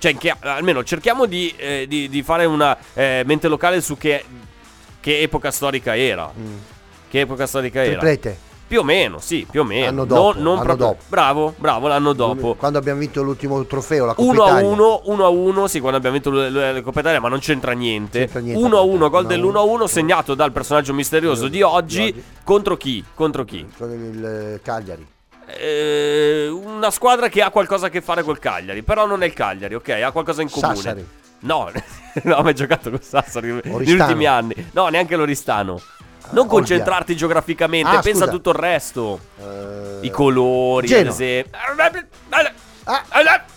Speaker 4: Cioè, che- almeno cerchiamo di, eh, di- di fare una eh, mente locale su che, che epoca storica era. Che epoca storica era?
Speaker 5: Mm. Triplete.
Speaker 4: Più o meno, sì, più o meno.
Speaker 5: L'anno dopo,
Speaker 4: Non- non
Speaker 5: l'anno
Speaker 4: proprio-
Speaker 5: dopo.
Speaker 4: Bravo, bravo, l'anno dopo.
Speaker 5: Quando abbiamo vinto l'ultimo trofeo, la Coppa
Speaker 4: 1 a
Speaker 5: Italia.
Speaker 4: 1, 1 a 1, sì, quando abbiamo vinto l- l- la Coppa Italia, ma non c'entra niente.
Speaker 5: C'entra niente.
Speaker 4: 1 a 1, gol
Speaker 5: Uno a
Speaker 4: dell'1 a
Speaker 5: uno.
Speaker 4: 1, segnato dal personaggio misterioso di
Speaker 5: Di
Speaker 4: oggi.
Speaker 5: oggi.
Speaker 4: Contro chi? Contro chi?
Speaker 5: Con il eh, Cagliari.
Speaker 4: eh, una squadra che ha qualcosa a che fare col Cagliari, però non è il Cagliari, ok? Ha qualcosa in comune.
Speaker 5: Sassari.
Speaker 4: No, [LAUGHS] no, ma hai giocato con Sassari negli
Speaker 5: Oristano.
Speaker 4: ultimi anni. No, neanche l'Oristano. Non
Speaker 5: Ah,
Speaker 4: concentrarti geograficamente,
Speaker 5: Ah,
Speaker 4: pensa a
Speaker 5: scusa.
Speaker 4: tutto il resto.
Speaker 5: Eh,
Speaker 4: I colori, Eh, ad
Speaker 5: Genoa.
Speaker 4: esempio.
Speaker 5: Ah,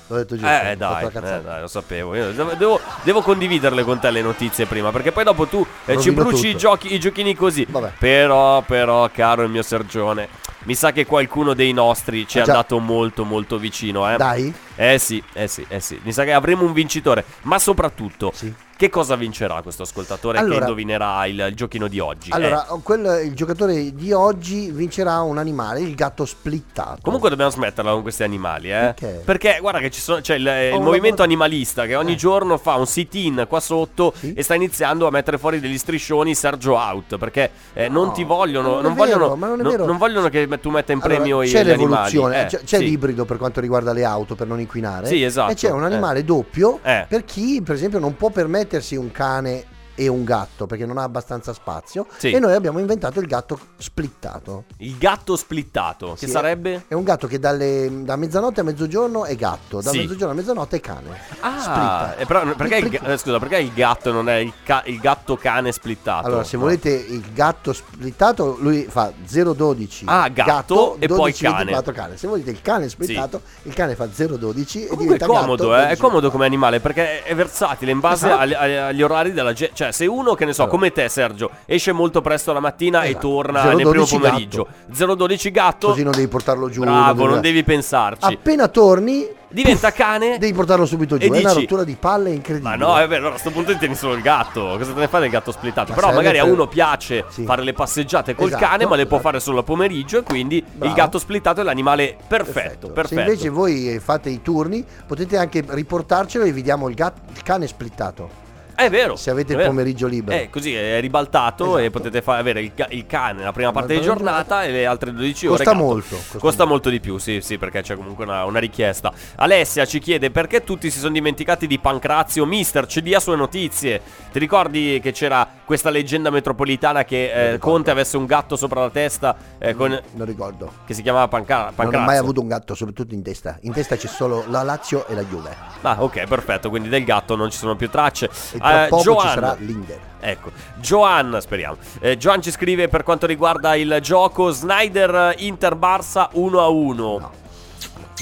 Speaker 5: l'ho detto giusto.
Speaker 4: Eh
Speaker 5: ho
Speaker 4: dai,
Speaker 5: fatto la
Speaker 4: eh,
Speaker 5: cazzata.
Speaker 4: dai, lo sapevo. Io devo, devo- devo condividerle con te le notizie prima, perché poi dopo tu eh, ci
Speaker 5: Rovino
Speaker 4: bruci i,
Speaker 5: tutto.
Speaker 4: giochi, i giochini così.
Speaker 5: Vabbè.
Speaker 4: Però, però, caro il mio Sergione, mi sa che qualcuno dei nostri ci è
Speaker 5: Ah, già.
Speaker 4: andato molto, molto vicino. Eh.
Speaker 5: Dai.
Speaker 4: Eh sì, eh sì, eh sì. Mi sa che avremo un vincitore, ma soprattutto.
Speaker 5: Sì.
Speaker 4: Che cosa vincerà questo ascoltatore che
Speaker 5: Allora-
Speaker 4: indovinerà il, il giochino di oggi? eh?
Speaker 5: Allora, quel- il giocatore di oggi vincerà un animale, il gatto splittato.
Speaker 4: Comunque dobbiamo smetterla con questi animali, eh.
Speaker 5: Perché?
Speaker 4: guarda che ci sono, c'è il, il
Speaker 5: un
Speaker 4: movimento
Speaker 5: lavoro-
Speaker 4: animalista che ogni
Speaker 5: Eh.
Speaker 4: giorno fa un sit-in qua sotto
Speaker 5: Sì.
Speaker 4: e sta iniziando a mettere fuori degli striscioni Sergio out perché eh, non
Speaker 5: No,
Speaker 4: ti vogliono,
Speaker 5: ma
Speaker 4: non,
Speaker 5: non è vero,
Speaker 4: vogliono,
Speaker 5: ma non è
Speaker 4: non-
Speaker 5: vero.
Speaker 4: non vogliono che tu metta in
Speaker 5: Allora,
Speaker 4: premio i-
Speaker 5: c'è
Speaker 4: gli animali.
Speaker 5: l'evoluzione,
Speaker 4: Eh,
Speaker 5: c'è, c'è
Speaker 4: sì.
Speaker 5: l'ibrido per quanto riguarda le auto per non inquinare.
Speaker 4: Sì, esatto.
Speaker 5: E c'è un animale
Speaker 4: Eh.
Speaker 5: doppio
Speaker 4: Eh.
Speaker 5: per chi, per esempio, non può permettersi un cane e un gatto perché non ha abbastanza spazio.
Speaker 4: Sì.
Speaker 5: E noi abbiamo inventato il gatto splittato.
Speaker 4: Il gatto splittato, che
Speaker 5: Sì,
Speaker 4: sarebbe?
Speaker 5: È un gatto che dalle- da mezzanotte a mezzogiorno è gatto, da
Speaker 4: Sì.
Speaker 5: mezzogiorno a mezzanotte è cane.
Speaker 4: Ah,
Speaker 5: Splitta.
Speaker 4: eh, però perché il,
Speaker 5: Splitta.
Speaker 4: ga- eh, scusa, perché il gatto non è il, ca- il gatto cane splittato?
Speaker 5: Allora, se
Speaker 4: No.
Speaker 5: volete il gatto splittato, lui fa 0,12.
Speaker 4: Ah, gatto e poi
Speaker 5: 12,
Speaker 4: cane.
Speaker 5: 24 cane. Se volete il cane splittato, il cane fa 0,12 e
Speaker 4: Comunque è
Speaker 5: diventa
Speaker 4: comodo,
Speaker 5: gatto,
Speaker 4: eh, è
Speaker 5: 12.
Speaker 4: comodo come animale perché è versatile in base
Speaker 5: Esatto.
Speaker 4: agli, agli- agli orari della gente. Cioè, se uno, che ne so,
Speaker 5: Allora.
Speaker 4: come te, Sergio, esce molto presto la mattina e
Speaker 5: Esatto.
Speaker 4: torna
Speaker 5: 0,12
Speaker 4: nel primo pomeriggio, 012 gatto,
Speaker 5: Così non devi portarlo giù.
Speaker 4: bravo,
Speaker 5: devi-
Speaker 4: non devi pensarci.
Speaker 5: Appena torni,
Speaker 4: Diventa cane,
Speaker 5: devi portarlo subito giù.
Speaker 4: e
Speaker 5: è una
Speaker 4: dici-
Speaker 5: rottura di palle incredibile.
Speaker 4: Ma no, è vero, allora a sto punto tieni solo il gatto. Cosa te ne fa del gatto splittato?
Speaker 5: Ma
Speaker 4: Però
Speaker 5: serve
Speaker 4: magari a
Speaker 5: per-
Speaker 4: uno piace
Speaker 5: Sì.
Speaker 4: fare le passeggiate col
Speaker 5: Esatto,
Speaker 4: cane, ma le può
Speaker 5: esatto.
Speaker 4: fare solo a pomeriggio. E quindi il
Speaker 5: Bravo.
Speaker 4: gatto splittato è l'animale perfetto. Perfetto.
Speaker 5: Se invece voi eh, fate i turni, potete anche riportarcelo e vi diamo il, gat- il cane splittato.
Speaker 4: È vero.
Speaker 5: Se avete
Speaker 4: è
Speaker 5: il
Speaker 4: vero.
Speaker 5: pomeriggio libero.
Speaker 4: Eh, così è ribaltato e
Speaker 5: Esatto.
Speaker 4: potete fa- avere il, ca- il cane la prima
Speaker 5: La
Speaker 4: parte di
Speaker 5: prima
Speaker 4: giornata
Speaker 5: giornata.
Speaker 4: e le altre 12 ore.
Speaker 5: Costa
Speaker 4: gatto.
Speaker 5: molto,
Speaker 4: Costa,
Speaker 5: costa
Speaker 4: molto di più, sì, sì, perché c'è comunque una, una richiesta. Alessia ci chiede perché tutti si sono dimenticati di Pancrazio. Mister, ci dia sue notizie. Ti ricordi che c'era questa leggenda metropolitana che eh,
Speaker 5: ricordo.
Speaker 4: Conte avesse un gatto sopra la testa eh, con-
Speaker 5: Non ricordo.
Speaker 4: che si chiamava Panca- Pancrazio?
Speaker 5: Non ho mai avuto un gatto, soprattutto in testa. In testa c'è solo la Lazio e la Juve.
Speaker 4: Ah, ok, perfetto. Quindi del gatto non ci sono più tracce.
Speaker 5: E tra
Speaker 4: Eh,
Speaker 5: poco
Speaker 4: Joan-
Speaker 5: ci sarà l'Inter.
Speaker 4: Ecco, Joan, speriamo. Eh, Joan ci scrive per quanto riguarda il gioco Snyder Inter Barça 1 a 1.
Speaker 5: No.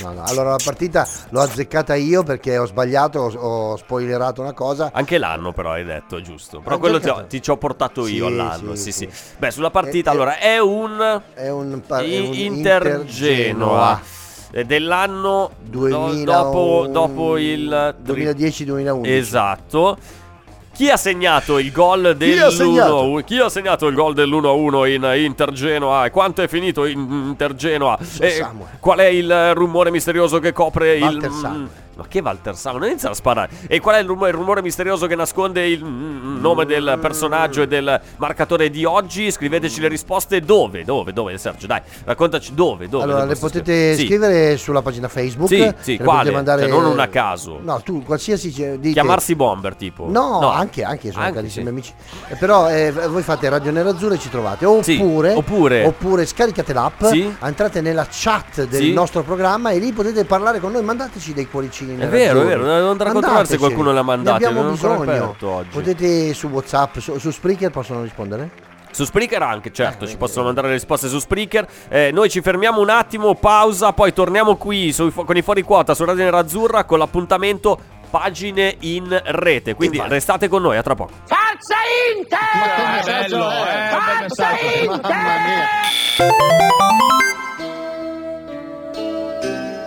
Speaker 5: No, no. Allora la partita l'ho azzeccata io perché ho sbagliato, ho, ho spoilerato una cosa.
Speaker 4: Anche l'anno però hai detto, giusto. Ah, Però
Speaker 5: Ah,
Speaker 4: quello ti, ho-
Speaker 5: giocato.
Speaker 4: ti ci ho portato io
Speaker 5: Sì,
Speaker 4: all'anno.
Speaker 5: sì,
Speaker 4: Sì sì,
Speaker 5: sì.
Speaker 4: Beh, sulla partita
Speaker 5: Eh, eh,
Speaker 4: allora è un
Speaker 5: È un, pa- è un
Speaker 4: Inter Genoa eh, dell'anno do-
Speaker 5: 2000
Speaker 4: dopo, dopo il tri-
Speaker 5: 2010-2011.
Speaker 4: Esatto. Chi ha segnato il gol
Speaker 5: Chi ha segnato?
Speaker 4: dell'1-1? Chi ha segnato il gol dell'1-1 in Inter Genoa? E quanto è finito in Inter Genoa?
Speaker 5: So
Speaker 4: E
Speaker 5: Samuel.
Speaker 4: qual è il rumore misterioso che copre
Speaker 5: Walter
Speaker 4: il Mm,
Speaker 5: Samuel.
Speaker 4: Ma che Walter Samuel? Non inizia a sparare. E qual è il rumore, il rumore misterioso che nasconde il mm, nome del personaggio e del marcatore di oggi? Scriveteci le risposte dove, dove, dove Sergio, dai. Raccontaci dove, dove.
Speaker 5: Allora, le
Speaker 4: posso
Speaker 5: potete
Speaker 4: Sì.
Speaker 5: scrivere sulla pagina Facebook.
Speaker 4: Sì,
Speaker 5: le
Speaker 4: sì,
Speaker 5: potete
Speaker 4: quale? Cioè, non una a caso.
Speaker 5: No, tu qualsiasi. cioè, dite-
Speaker 4: Chiamarsi Bomber, tipo.
Speaker 5: No, anche, anche, sono
Speaker 4: Anche,
Speaker 5: carissimi
Speaker 4: sì.
Speaker 5: amici. Eh, Però eh, voi fate Radio Nerazzurra e ci trovate.
Speaker 4: Sì,
Speaker 5: Oppure,
Speaker 4: oppure-
Speaker 5: oppure scaricate l'app,
Speaker 4: Sì.
Speaker 5: entrate nella chat del
Speaker 4: Sì.
Speaker 5: nostro programma e lì potete parlare con noi. Mandateci dei cuoricini.
Speaker 4: È vero, è vero, non andrà a controllare se
Speaker 5: Mandateceli.
Speaker 4: qualcuno l'ha mandato,
Speaker 5: Ne abbiamo
Speaker 4: non l'ho ancora
Speaker 5: bisogno.
Speaker 4: aperto oggi.
Speaker 5: Potete su WhatsApp, su, su Spreaker possono rispondere?
Speaker 4: Su Spreaker anche, certo,
Speaker 5: Eh,
Speaker 4: ci
Speaker 5: eh,
Speaker 4: possono mandare le risposte su Spreaker. Eh, noi ci fermiamo un attimo, pausa, poi torniamo qui sui fu- con i fuori quota su Radio Nerazzurra con l'appuntamento pagine in rete. Quindi
Speaker 5: Infatti.
Speaker 4: restate con noi, a tra poco.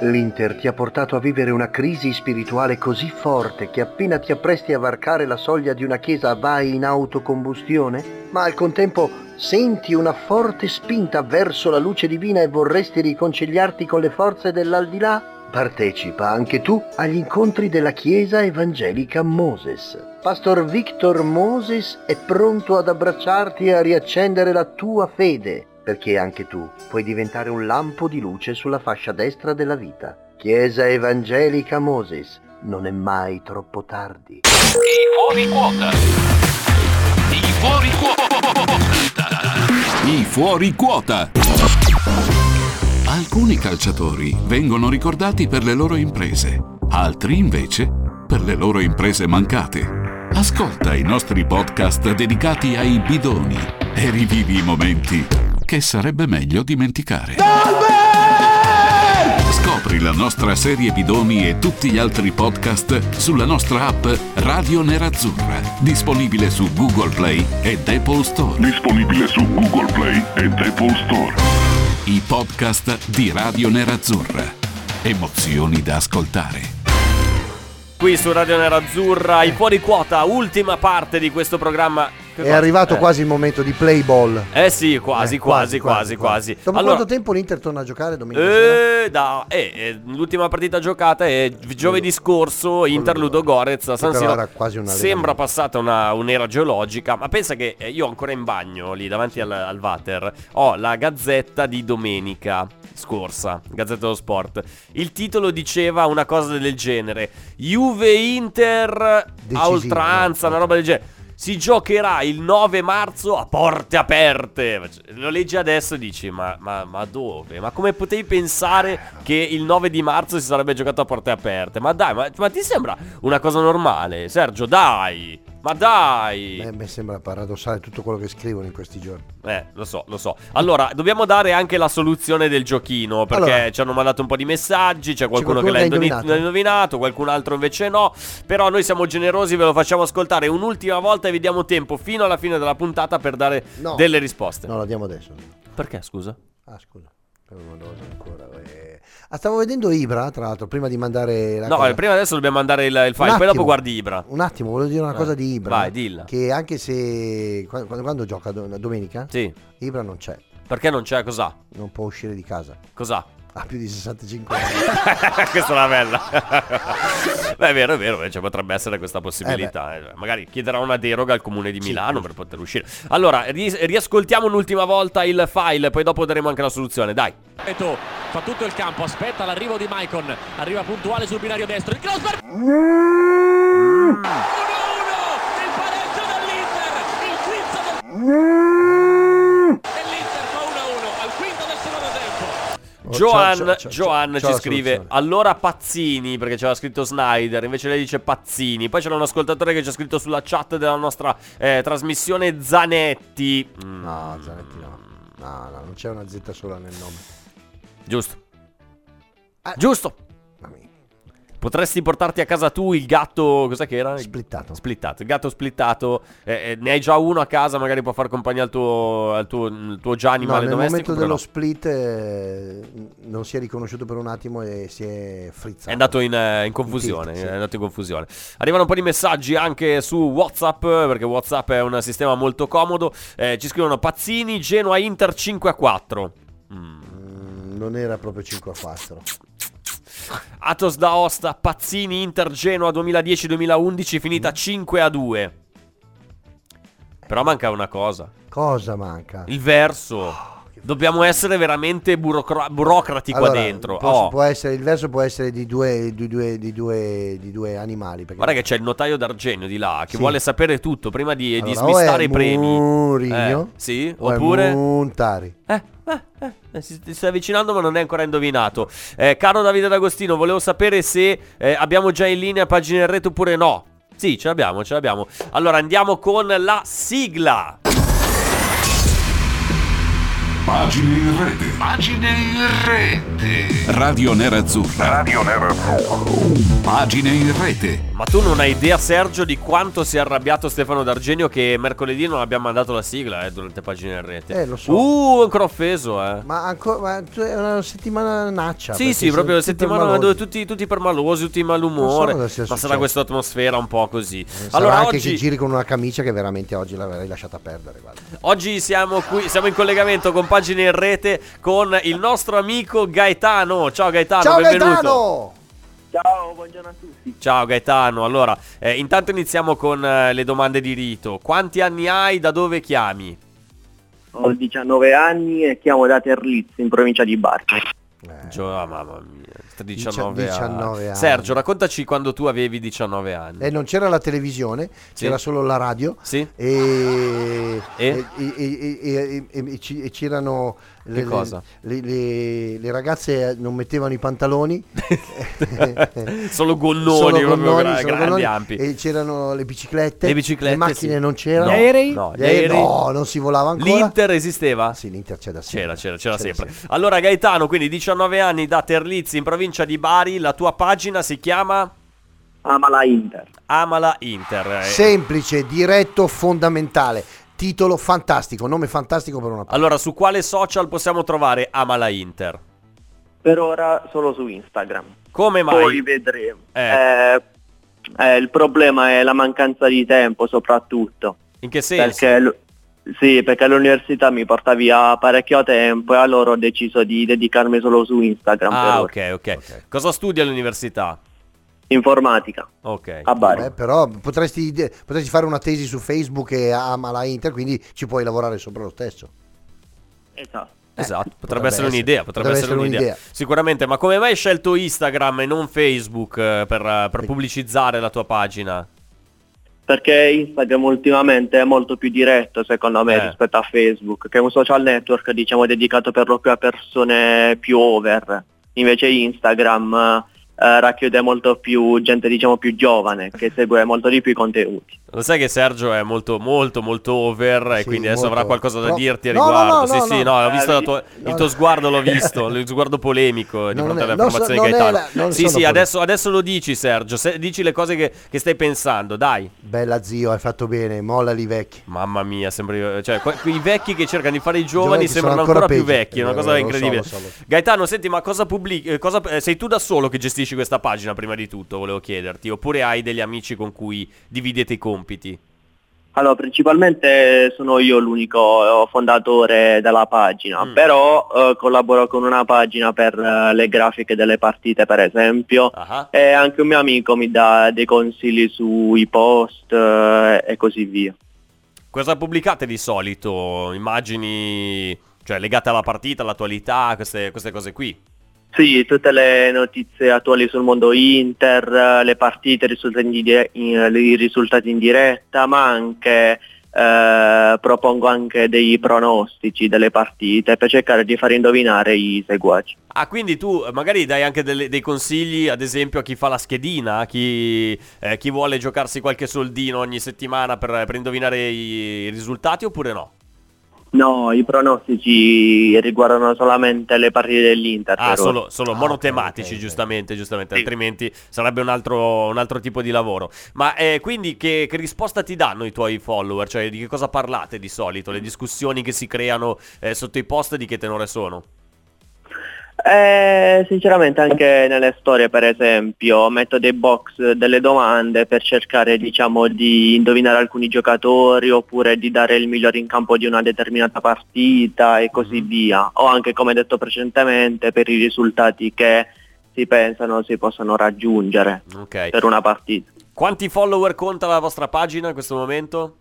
Speaker 5: L'Inter ti ha portato a vivere una crisi spirituale così forte che appena ti appresti a varcare la soglia di una chiesa vai in autocombustione, ma al contempo senti una forte spinta verso la luce divina e vorresti riconciliarti con le forze dell'aldilà? Partecipa anche tu agli incontri della Chiesa Evangelica Moses. Pastor Victor Moses è pronto ad abbracciarti e a riaccendere la tua fede, perché anche tu puoi diventare un lampo di luce sulla fascia destra della vita. Chiesa Evangelica Moses, non è mai troppo tardi.
Speaker 8: I fuori quota. Alcuni calciatori vengono ricordati per le loro imprese, altri invece per le loro imprese mancate. Ascolta i nostri podcast dedicati ai bidoni e rivivi i momenti che sarebbe meglio dimenticare. Scopri la nostra serie bidoni e tutti gli altri podcast sulla nostra app Radio Nerazzurra, disponibile su Google Play ed Apple Store. Disponibile su Google Play ed Apple Store. I podcast di Radio Nerazzurra. Emozioni da ascoltare.
Speaker 4: Qui su Radio Nerazzurra, i fuori quota, ultima parte di questo programma. Che
Speaker 5: È
Speaker 4: cosa?
Speaker 5: arrivato
Speaker 4: Eh.
Speaker 5: quasi il momento di play ball.
Speaker 4: Eh sì, quasi,
Speaker 5: Eh,
Speaker 4: quasi, quasi, quasi.
Speaker 5: Dopo
Speaker 4: Allora,
Speaker 5: quanto tempo l'Inter torna a giocare domenica?
Speaker 4: eh, da- eh, eh, l'ultima partita giocata è giovedì scorso Inter-Ludo Gorez a San
Speaker 5: Però
Speaker 4: Siro.
Speaker 5: era quasi un allenamento.
Speaker 4: Sembra passata una- un'era geologica, ma pensa che eh, io ancora in bagno lì davanti al, al water ho la gazzetta di domenica scorsa, Gazzetta dello Sport. Il titolo diceva una cosa del genere: Juve Inter a
Speaker 5: Decisiva,
Speaker 4: oltranza, una roba del genere. Si giocherà il 9 marzo a porte aperte. Lo leggi adesso e dici: ma, ma- ma dove? Ma come potevi pensare che il 9 di marzo si sarebbe giocato a porte aperte? Ma dai, ma, ma ti sembra una cosa normale? Sergio, dai! Ma dai!
Speaker 5: Eh, mi sembra paradossale tutto quello che scrivono in questi giorni.
Speaker 4: Eh, lo so, lo so. Allora, dobbiamo dare anche la soluzione del giochino. Perché
Speaker 5: Allora.
Speaker 4: ci hanno mandato un po' di messaggi. C'è qualcuno,
Speaker 5: qualcuno
Speaker 4: che
Speaker 5: che
Speaker 4: l'ha
Speaker 5: l'ha
Speaker 4: indoni-
Speaker 5: indovinato.
Speaker 4: l'ha indovinato, qualcun altro invece no. Però noi siamo generosi, ve lo facciamo ascoltare un'ultima volta e vi diamo tempo fino alla fine della puntata per dare
Speaker 5: No.
Speaker 4: delle risposte.
Speaker 5: No, la diamo adesso.
Speaker 4: Perché, scusa?
Speaker 5: Ah, scusa. Per una dose ancora. eh. Ah, stavo vedendo Ibra, tra l'altro, prima di mandare la
Speaker 4: No,
Speaker 5: cosa.
Speaker 4: eh, prima adesso dobbiamo mandare il, il file,
Speaker 5: Un
Speaker 4: poi dopo
Speaker 5: attimo.
Speaker 4: guardi Ibra.
Speaker 5: Un attimo, volevo dire una
Speaker 4: Eh,
Speaker 5: cosa di Ibra.
Speaker 4: vai, dilla.
Speaker 5: Che anche se qua- quando, quando gioca do- domenica,
Speaker 4: Sì.
Speaker 5: Ibra non c'è,
Speaker 4: Perché non c'è? Cos'ha?
Speaker 5: non può uscire di casa.
Speaker 4: Cos'ha?
Speaker 5: Ha più di 65 anni.
Speaker 4: [LAUGHS] questa è una bella. [LAUGHS] Beh, è vero, è vero, eh, cioè, potrebbe essere questa possibilità. eh. Magari chiederà una deroga al comune di Milano per poter uscire. Allora, ri- riascoltiamo un'ultima volta il file, poi dopo daremo anche la soluzione. Dai.
Speaker 3: Eto fa tutto il campo, aspetta l'arrivo di Maicon, arriva puntuale sul binario destro, il cross per... 1-1, il pareggio dell'Inter, il quinto del... e l'Inter fa 1-1 al quinto del secondo tempo.
Speaker 5: Oh,
Speaker 4: Joan,
Speaker 5: c'ho- c'ho- c'ho-
Speaker 4: Joan
Speaker 5: c'ho
Speaker 4: ci
Speaker 5: la
Speaker 4: scrive
Speaker 5: soluzione.
Speaker 4: allora Pazzini perché c'era scritto Snyder invece lei dice Pazzini poi c'era un ascoltatore che ci ha scritto sulla chat della nostra eh, trasmissione Zanetti Mm,
Speaker 5: No, Zanetti no. No, no, non c'è una Z sola nel nome.
Speaker 4: giusto
Speaker 5: Ah.
Speaker 4: giusto
Speaker 5: Mamma mia.
Speaker 4: Potresti portarti a casa tu il gatto. Cos'è che era?
Speaker 5: Splittato.
Speaker 4: Splittato. Il gatto splittato. Eh, eh, ne hai già uno a casa, magari può far compagnia al tuo, al tuo, il tuo già
Speaker 5: No,
Speaker 4: animale
Speaker 5: nel momento
Speaker 4: domestico. oppure
Speaker 5: dello
Speaker 4: no?
Speaker 5: split eh, non si è riconosciuto per un attimo e si è frizzato.
Speaker 4: È andato in, eh, in confusione.
Speaker 5: In tilt, sì.
Speaker 4: È andato in confusione. Arrivano un po' di messaggi anche su WhatsApp. eh, Perché WhatsApp è un sistema molto comodo. Eh, ci scrivono Pazzini, Genoa Inter 5 a 4. Mm.
Speaker 5: Mm, non era proprio 5 a 4.
Speaker 4: Atos da Osta, Pazzini, Inter Genoa 2010-2011, finita
Speaker 5: Mm.
Speaker 4: 5 a 2. Però manca una cosa.
Speaker 5: Cosa manca?
Speaker 4: Il verso. Dobbiamo essere veramente burocra- burocrati qua
Speaker 5: Allora,
Speaker 4: dentro.
Speaker 5: può-
Speaker 4: Oh,
Speaker 5: può essere- il verso può essere di due, di due, di due, di due animali. Perché
Speaker 4: Guarda che c'è il notaio d'Argenio di là che
Speaker 5: Sì.
Speaker 4: vuole sapere tutto prima di, di
Speaker 5: Allora, o è
Speaker 4: smistare i premi.
Speaker 5: Mourinho,
Speaker 4: Eh, sì,
Speaker 5: o è
Speaker 4: oppure-
Speaker 5: Montari.
Speaker 4: Eh, eh, eh, eh, si ti sta avvicinando ma non è ancora indovinato. Eh, caro Davide D'Agostino, volevo sapere se eh, abbiamo già in linea pagine in rete oppure no. Sì, ce l'abbiamo, ce l'abbiamo. Allora andiamo con la sigla.
Speaker 8: Pagine in rete. Pagine in rete. Radio Nerazzurra. Radio Nerazzurra. Pagine in rete.
Speaker 4: Ma tu non hai idea, Sergio, di quanto si è arrabbiato Stefano D'Argenio che mercoledì non abbiamo mandato la sigla eh, durante pagine in rete.
Speaker 5: Eh, lo so.
Speaker 4: Uh, ancora offeso, eh.
Speaker 5: Ma ancora ma tu- è una settimana naccia.
Speaker 4: sì, sì, proprio la settimana dove
Speaker 5: dove
Speaker 4: tutti, tutti permalosi, tutti di malumore.
Speaker 5: Non so cosa sia
Speaker 4: ma sarà
Speaker 5: successo.
Speaker 4: questa atmosfera un po' così.
Speaker 5: allora
Speaker 4: allora
Speaker 5: anche che
Speaker 4: oggi,
Speaker 5: giri con una camicia che veramente oggi l'avrei lasciata perdere. Guarda.
Speaker 4: oggi siamo qui, siamo in collegamento con Pagine in Rete con il nostro amico Gaetano. Ciao Gaetano,
Speaker 5: Ciao
Speaker 4: benvenuto.
Speaker 5: Gaetano!
Speaker 9: Ciao, buongiorno a tutti.
Speaker 4: Ciao Gaetano, allora eh, intanto iniziamo con eh, le domande di rito. Quanti anni hai? Da dove chiami?
Speaker 9: Ho 19 anni e chiamo da Terlizzi in provincia di Bari.
Speaker 5: Eh,
Speaker 4: Gio- ah, mamma mia. Exact, 19,
Speaker 5: 19
Speaker 4: anni.
Speaker 5: anni. Eh,
Speaker 4: Sergio, raccontaci quando tu avevi 19 anni.
Speaker 5: E non c'era la televisione,
Speaker 4: Sì.
Speaker 5: c'era solo la radio.
Speaker 4: Sì.
Speaker 5: E,
Speaker 4: E?
Speaker 5: e- e- e- e- e ci- e c'erano le,
Speaker 4: Che cosa?
Speaker 5: le- le- le ragazze eh, non mettevano i
Speaker 4: [LAUGHS]
Speaker 5: pantaloni.
Speaker 4: Solo gonnoni,
Speaker 5: Solo
Speaker 4: proprio
Speaker 5: gonnoni,
Speaker 4: gra-
Speaker 5: solo
Speaker 4: grandi,
Speaker 5: gonnoni.
Speaker 4: ampi.
Speaker 5: E c'erano le biciclette.
Speaker 4: Le biciclette,
Speaker 5: macchine
Speaker 4: sì.
Speaker 5: non c'erano.
Speaker 4: No, Gli aerei? no,
Speaker 5: Gli
Speaker 4: gli
Speaker 5: aerei-
Speaker 4: aerei-
Speaker 5: no, non si volava ancora.
Speaker 4: L'Inter esisteva?
Speaker 5: Ah, Sì, l'Inter c'era
Speaker 4: C'era, c'era, c'era sempre. Allora Gaetano, quindi 19 anni da Terlizzi in provincia di Bari, la tua pagina si chiama
Speaker 10: Amala Inter.
Speaker 4: Amala Inter. eh.
Speaker 5: Semplice, diretto, fondamentale. Titolo fantastico, nome fantastico per una
Speaker 4: Allora, su quale social possiamo trovare Amala Inter?
Speaker 11: Per ora solo su Instagram.
Speaker 4: Come mai?
Speaker 11: Poi vedremo.
Speaker 4: Eh.
Speaker 11: Eh, eh, il problema è la mancanza di tempo soprattutto.
Speaker 4: In che senso?
Speaker 11: Perché, l- sì, perché l'università mi porta via parecchio tempo e allora ho deciso di dedicarmi solo su Instagram per
Speaker 4: Ah, ok,
Speaker 11: ora.
Speaker 4: ok. Cosa studi all'università?
Speaker 11: Informatica.
Speaker 4: Ok.
Speaker 11: A Bari.
Speaker 5: Beh, però potresti, potresti fare una tesi su Facebook e ama la Inter, quindi ci puoi lavorare sopra lo stesso.
Speaker 11: Esatto.
Speaker 4: Esatto, potrebbe,
Speaker 5: potrebbe
Speaker 4: essere
Speaker 5: essere.
Speaker 4: un'idea, potrebbe, essere, un'idea. Sicuramente, ma come mai hai scelto Instagram e non Facebook eh, per, eh, per pubblicizzare la tua pagina?
Speaker 11: Perché Instagram ultimamente è molto più diretto secondo me
Speaker 4: Eh.
Speaker 11: rispetto a Facebook, che è un social network diciamo dedicato per lo più a persone più over. Invece Instagram eh, racchiude molto più gente diciamo più giovane che segue molto di più i contenuti.
Speaker 4: Lo sai che Sergio è molto molto molto over e quindi adesso
Speaker 11: molto.
Speaker 4: avrà qualcosa da
Speaker 11: No.
Speaker 4: dirti a
Speaker 11: No, no,
Speaker 4: riguardo.
Speaker 11: no,
Speaker 4: sì,
Speaker 11: no,
Speaker 4: sì,
Speaker 11: no.
Speaker 4: no, ho
Speaker 11: Eh,
Speaker 4: visto la
Speaker 11: vi-
Speaker 4: tua- il
Speaker 11: no,
Speaker 4: tuo
Speaker 11: no.
Speaker 4: sguardo, l'ho
Speaker 11: [LAUGHS]
Speaker 4: visto, lo sguardo polemico di
Speaker 11: Non
Speaker 4: fronte
Speaker 11: è-
Speaker 4: alle
Speaker 11: non so-
Speaker 4: affermazioni di
Speaker 11: non è
Speaker 4: Gaetano.
Speaker 11: la- non
Speaker 4: sì,
Speaker 11: sono
Speaker 4: sì, adesso,
Speaker 11: polemico.
Speaker 4: adesso lo dici Sergio, se- dici le cose che, che stai pensando, dai.
Speaker 5: Bella zio, hai fatto bene, molla li vecchi.
Speaker 4: Mamma mia, sembri, cioè, que- quei vecchi che cercano di fare i
Speaker 5: Giovani
Speaker 4: giovani
Speaker 5: sono
Speaker 4: sembrano ancora,
Speaker 5: ancora
Speaker 4: più
Speaker 5: peggio.
Speaker 4: vecchi, è una
Speaker 5: Eh,
Speaker 4: cosa
Speaker 5: lo so,
Speaker 4: incredibile.
Speaker 5: lo so, lo so.
Speaker 4: Gaetano, senti, ma cosa pubblichi? eh, cosa- eh, sei tu da solo che gestisci questa pagina prima di tutto, volevo chiederti, oppure hai degli amici con cui dividete i compiti?
Speaker 11: Allora, principalmente sono io l'unico eh, fondatore della pagina, però eh, collaboro con una pagina per eh, le grafiche delle partite, per esempio, e anche un mio amico mi dà dei consigli sui post eh, e così via.
Speaker 4: Cosa pubblicate di solito? Immagini, cioè, legate alla partita, all'attualità, queste, queste cose qui?
Speaker 11: Sì, tutte le notizie attuali sul mondo Inter, eh, le partite, i risultati in, dire- in- i risultati in diretta, ma anche eh, propongo anche dei pronostici delle partite per cercare di far indovinare i seguaci.
Speaker 4: Ah, quindi tu eh, magari dai anche delle- dei consigli, ad esempio, a chi fa la schedina, a chi, eh, chi vuole giocarsi qualche soldino ogni settimana per, per indovinare i risultati oppure no?
Speaker 11: No, i pronostici riguardano solamente le partite dell'Inter.
Speaker 4: Ah,
Speaker 11: per ora.
Speaker 4: solo, solo monotematici, giustamente, giustamente, altrimenti sarebbe un altro, un altro tipo di lavoro. Ma eh, quindi che, che risposta ti danno i tuoi follower? Cioè di che cosa parlate di solito? Le discussioni che si creano eh, sotto i post di che tenore sono?
Speaker 11: Eh, sinceramente anche nelle storie, per esempio, metto dei box delle domande per cercare, diciamo, di indovinare alcuni giocatori oppure di dare il migliore in campo di una determinata partita e così via. O anche, come detto precedentemente, per i risultati che si pensano si possano raggiungere
Speaker 4: Ok.
Speaker 11: per una partita.
Speaker 4: Quanti follower conta la vostra pagina in questo momento?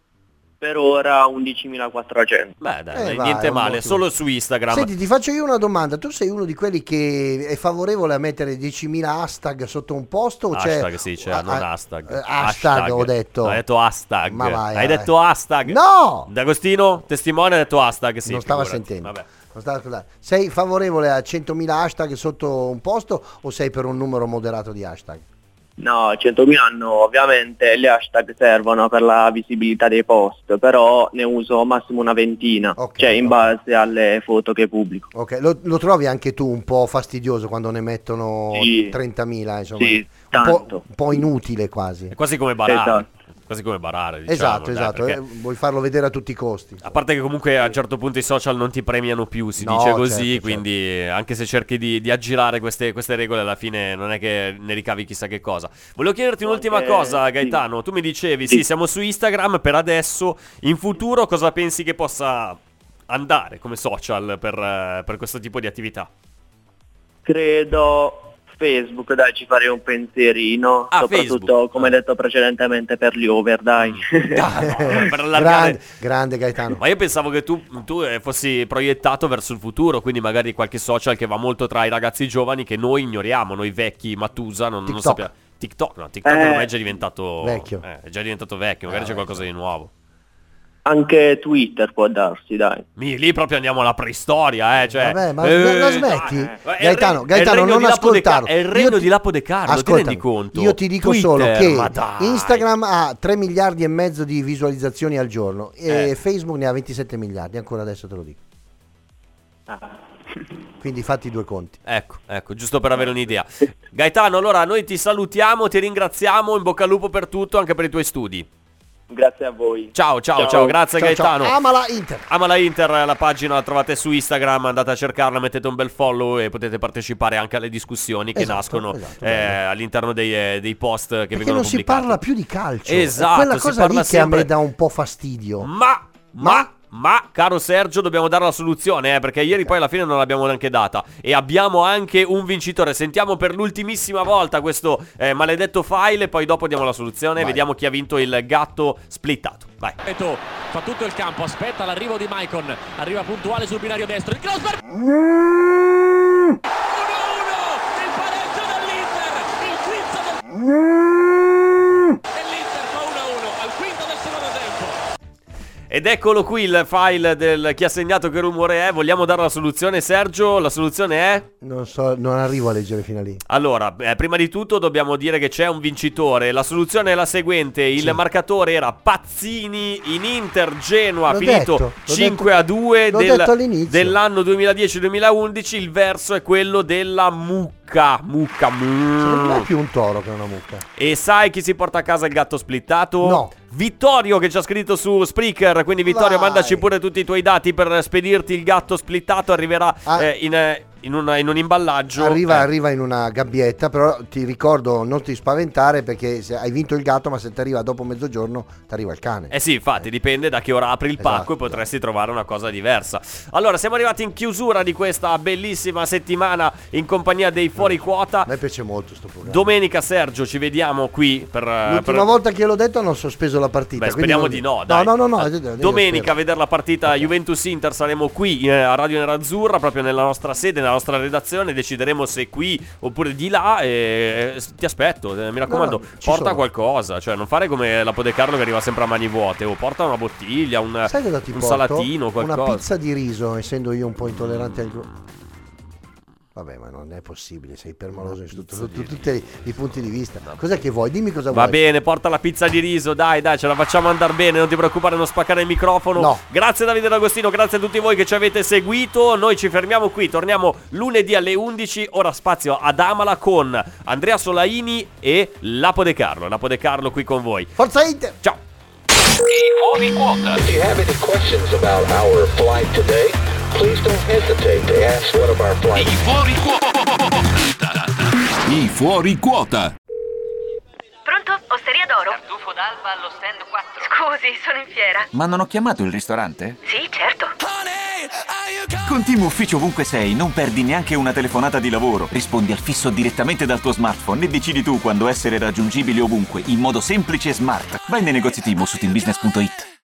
Speaker 11: Per ora 11.400.
Speaker 4: Beh, dai,
Speaker 5: Eh,
Speaker 4: dai,
Speaker 5: vai,
Speaker 4: niente
Speaker 5: è un
Speaker 4: male,
Speaker 5: ottimo.
Speaker 4: solo su Instagram.
Speaker 5: Senti, ti faccio io una domanda. Tu sei uno di quelli che è favorevole a mettere 10.000 hashtag sotto un posto? o c'è-
Speaker 4: Hashtag, sì, c'è,
Speaker 5: Ah,
Speaker 4: non
Speaker 5: ah,
Speaker 4: hashtag.
Speaker 5: eh, hashtag, ho detto.
Speaker 4: No, Hai detto hashtag.
Speaker 5: Ma vai,
Speaker 4: hai
Speaker 5: vai.
Speaker 4: detto hashtag.
Speaker 5: No!
Speaker 4: D'Agostino, testimone, ha detto hashtag, sì.
Speaker 5: Non stava
Speaker 4: figurati.
Speaker 5: sentendo.
Speaker 4: Vabbè.
Speaker 5: Non stava ascoltando. Sei favorevole a 100.000 hashtag sotto un posto o sei per un numero moderato di hashtag?
Speaker 11: No, 100.000 no, ovviamente le hashtag servono per la visibilità dei post, però ne uso massimo una ventina, cioè in base alle foto che pubblico.
Speaker 5: Ok, lo, lo trovi anche tu un po' fastidioso quando ne mettono
Speaker 11: Sì.
Speaker 5: 30.000, insomma,
Speaker 11: Sì,
Speaker 5: un,
Speaker 11: tanto.
Speaker 5: po', un po' inutile quasi.
Speaker 4: È quasi come barare.
Speaker 11: Esatto.
Speaker 4: Quasi come barare, Eh, diciamo.
Speaker 5: esatto,
Speaker 4: dai,
Speaker 5: esatto,
Speaker 4: perché-
Speaker 5: eh, vuoi farlo vedere a tutti i costi.
Speaker 4: A parte che comunque a un certo punto i social non ti premiano più, si
Speaker 5: No,
Speaker 4: dice così,
Speaker 5: certo,
Speaker 4: quindi eh, anche se cerchi di, di aggirare queste, queste regole alla fine non è che ne ricavi chissà che cosa. Volevo chiederti un'ultima
Speaker 11: anche-
Speaker 4: cosa
Speaker 11: sì.
Speaker 4: Gaetano, tu mi dicevi sì. siamo su Instagram per adesso, in futuro cosa pensi che possa
Speaker 5: [LAUGHS]
Speaker 4: andare come social per, eh, per questo tipo di attività?
Speaker 11: Credo Facebook, dai, ci farei un pensierino,
Speaker 4: Ah,
Speaker 11: soprattutto come detto precedentemente per gli over, dai.
Speaker 4: Ah, Mm. per
Speaker 12: [LAUGHS]
Speaker 4: allargare-
Speaker 12: grande, grande Gaetano.
Speaker 4: Ma io pensavo che tu, tu, eh, fossi proiettato verso il futuro, quindi magari qualche social che va molto tra i ragazzi giovani che noi ignoriamo, noi vecchi, Matusa, non, non
Speaker 12: TikTok.
Speaker 4: sappiamo. TikTok, no, TikTok
Speaker 11: Eh.
Speaker 4: ormai è già diventato
Speaker 11: Vecchio.
Speaker 4: eh, è già diventato vecchio, magari
Speaker 12: Eh,
Speaker 4: c'è qualcosa di nuovo.
Speaker 11: [LAUGHS] Anche Twitter può darsi, dai.
Speaker 4: Mi- lì proprio andiamo alla preistoria, eh. [LAUGHS] Cioè,
Speaker 12: Vabbè, ma
Speaker 4: eh,
Speaker 12: la smetti?
Speaker 4: dai, eh.
Speaker 12: Gaetano,
Speaker 4: È il regno-
Speaker 12: Gaetano,
Speaker 4: è il regno
Speaker 12: non
Speaker 4: di Lapo De Ca-
Speaker 12: ascoltarlo.
Speaker 4: È il
Speaker 12: Io
Speaker 4: regno
Speaker 12: ti-
Speaker 4: di Lapo De Carlo, ti
Speaker 12: Ascoltami,
Speaker 4: rendi conto?
Speaker 12: Io ti dico solo
Speaker 4: Twitter,
Speaker 12: che
Speaker 4: ma dai.
Speaker 12: Instagram ha 3 miliardi e mezzo di visualizzazioni al giorno e
Speaker 4: Eh.
Speaker 12: Facebook ne ha 27 miliardi, ancora adesso te lo dico. Quindi fatti i due conti.
Speaker 4: Ecco, ecco, giusto per avere un'idea. Gaetano, allora noi ti salutiamo, ti ringraziamo, in bocca al lupo per tutto, anche per i tuoi studi.
Speaker 11: Grazie a voi.
Speaker 4: Ciao, ciao, ciao, grazie
Speaker 12: Ciao, ciao.
Speaker 4: Gaetano.
Speaker 12: Ama la Inter.
Speaker 4: Ama la Inter, la pagina la trovate su Instagram, andate a cercarla, mettete un bel follow e potete partecipare anche alle discussioni che
Speaker 12: Esatto,
Speaker 4: nascono
Speaker 12: esatto,
Speaker 4: eh, all'interno dei, eh, dei post che
Speaker 12: Perché
Speaker 4: vengono
Speaker 12: non si
Speaker 4: pubblicati.
Speaker 12: parla più di calcio. È
Speaker 4: Esatto,
Speaker 12: Quella
Speaker 4: si
Speaker 12: cosa lì
Speaker 4: parla
Speaker 12: che a
Speaker 4: sempre-
Speaker 12: me dà un po' fastidio.
Speaker 4: Ma, ma, ma, caro Sergio, dobbiamo dare la soluzione, eh, perché ieri poi alla fine non l'abbiamo neanche data. E abbiamo anche un vincitore. Sentiamo per l'ultimissima volta questo eh, maledetto file e poi dopo diamo la soluzione e
Speaker 3: Vai.
Speaker 4: vediamo chi ha vinto il gatto splittato. Vai.
Speaker 3: Eto fa tutto il campo, aspetta l'arrivo di Maicon, arriva puntuale sul binario destro, il cross per... 1-1, il pareggio dell'Inter, il quinto del... E l'Inter fa 1-1 al quinto del secondo tempo.
Speaker 4: Ed eccolo qui il file del chi ha segnato che rumore è. Vogliamo dare la soluzione, Sergio? La soluzione è...
Speaker 12: Non, so, non arrivo a leggere fino a lì.
Speaker 4: Allora, eh, prima di tutto dobbiamo dire che c'è un vincitore. La soluzione è la seguente: il marcatore era Pazzini in Inter Genoa,
Speaker 12: L'ho
Speaker 4: Ah, finito
Speaker 12: detto, l'ho
Speaker 4: 5
Speaker 12: detto-
Speaker 4: a 2
Speaker 12: l'ho
Speaker 4: del-
Speaker 12: detto all'inizio.
Speaker 4: dell'anno 2010-2011. Il verso è quello della mucca. Mucca, mu.
Speaker 12: Non è più un toro che una mucca.
Speaker 4: E sai chi si porta a casa il gatto splittato?
Speaker 12: No.
Speaker 4: Vittorio che ci ha scritto su Spreaker, quindi Vittorio
Speaker 12: Vai.
Speaker 4: mandaci pure tutti i tuoi dati per spedirti il gatto splittato, arriverà
Speaker 12: Ah.
Speaker 4: eh, in, eh, in una- in un imballaggio.
Speaker 12: Arriva,
Speaker 4: Eh,
Speaker 12: arriva in una gabbietta, però ti ricordo non ti spaventare perché se hai vinto il gatto, ma se ti arriva dopo mezzogiorno ti arriva il cane.
Speaker 4: Eh sì, infatti, dipende da che ora apri il pacco
Speaker 12: Esatto.
Speaker 4: e potresti trovare una cosa diversa. Allora, siamo arrivati in chiusura di questa bellissima settimana in compagnia dei fuori quota.
Speaker 12: A me piace molto sto programma.
Speaker 4: Domenica, Sergio, ci vediamo qui per...
Speaker 12: L'ultima
Speaker 4: per-
Speaker 12: volta che l'ho detto hanno sospeso la partita.
Speaker 4: eh, Beh,
Speaker 12: quindi
Speaker 4: speriamo
Speaker 12: non-
Speaker 4: di no, dai. Eh, Ah,
Speaker 12: No, no, no, no, io- io
Speaker 4: Domenica a
Speaker 12: spero.
Speaker 4: vedere la partita Juventus-Inter saremo qui eh, a Radio Nerazzurra, proprio nella nostra sede, nella nostra redazione, decideremo se qui oppure di là e eh, s- ti aspetto, eh, mi raccomando,
Speaker 12: no, ci
Speaker 4: porta
Speaker 12: sono.
Speaker 4: qualcosa, cioè non fare come la De Carlo che arriva sempre a mani vuote, o porta una bottiglia, un,
Speaker 12: Sai cosa ti
Speaker 4: un
Speaker 12: porto?
Speaker 4: salatino, qualcosa.
Speaker 12: Una pizza di riso, essendo io un po' intollerante al gru- Vabbè, ma non è possibile, sei permaloso su tutto- su tutti i punti di vista. Cos'è che vuoi? Dimmi cosa
Speaker 4: Va
Speaker 12: vuoi.
Speaker 4: bene, porta la pizza di riso, dai, dai, ce la facciamo andare bene, non ti preoccupare, non spaccare il microfono.
Speaker 12: No.
Speaker 4: Grazie Davide D'Agostino, grazie a tutti voi che ci avete seguito. Noi ci fermiamo qui, torniamo lunedì alle 11, ora spazio ad Amala con Andrea Solaini e Lapo De Carlo. Lapo De Carlo qui con voi.
Speaker 12: Forza Inter!
Speaker 4: Ciao!
Speaker 2: If you have any questions about our flight today, please don't hesitate to ask one of our flight
Speaker 8: I fuori quota.
Speaker 1: Pronto? Osteria d'oro? Tartufo d'alba allo stand 4. Scusi, sono in fiera.
Speaker 13: Ma non ho chiamato il ristorante?
Speaker 1: Sì, certo.
Speaker 13: Con Team Ufficio ovunque sei non perdi neanche una telefonata di lavoro. Rispondi al fisso direttamente dal tuo smartphone e decidi tu quando essere raggiungibile ovunque in modo semplice e smart. Vai nei negozi Team o su teambusiness.it.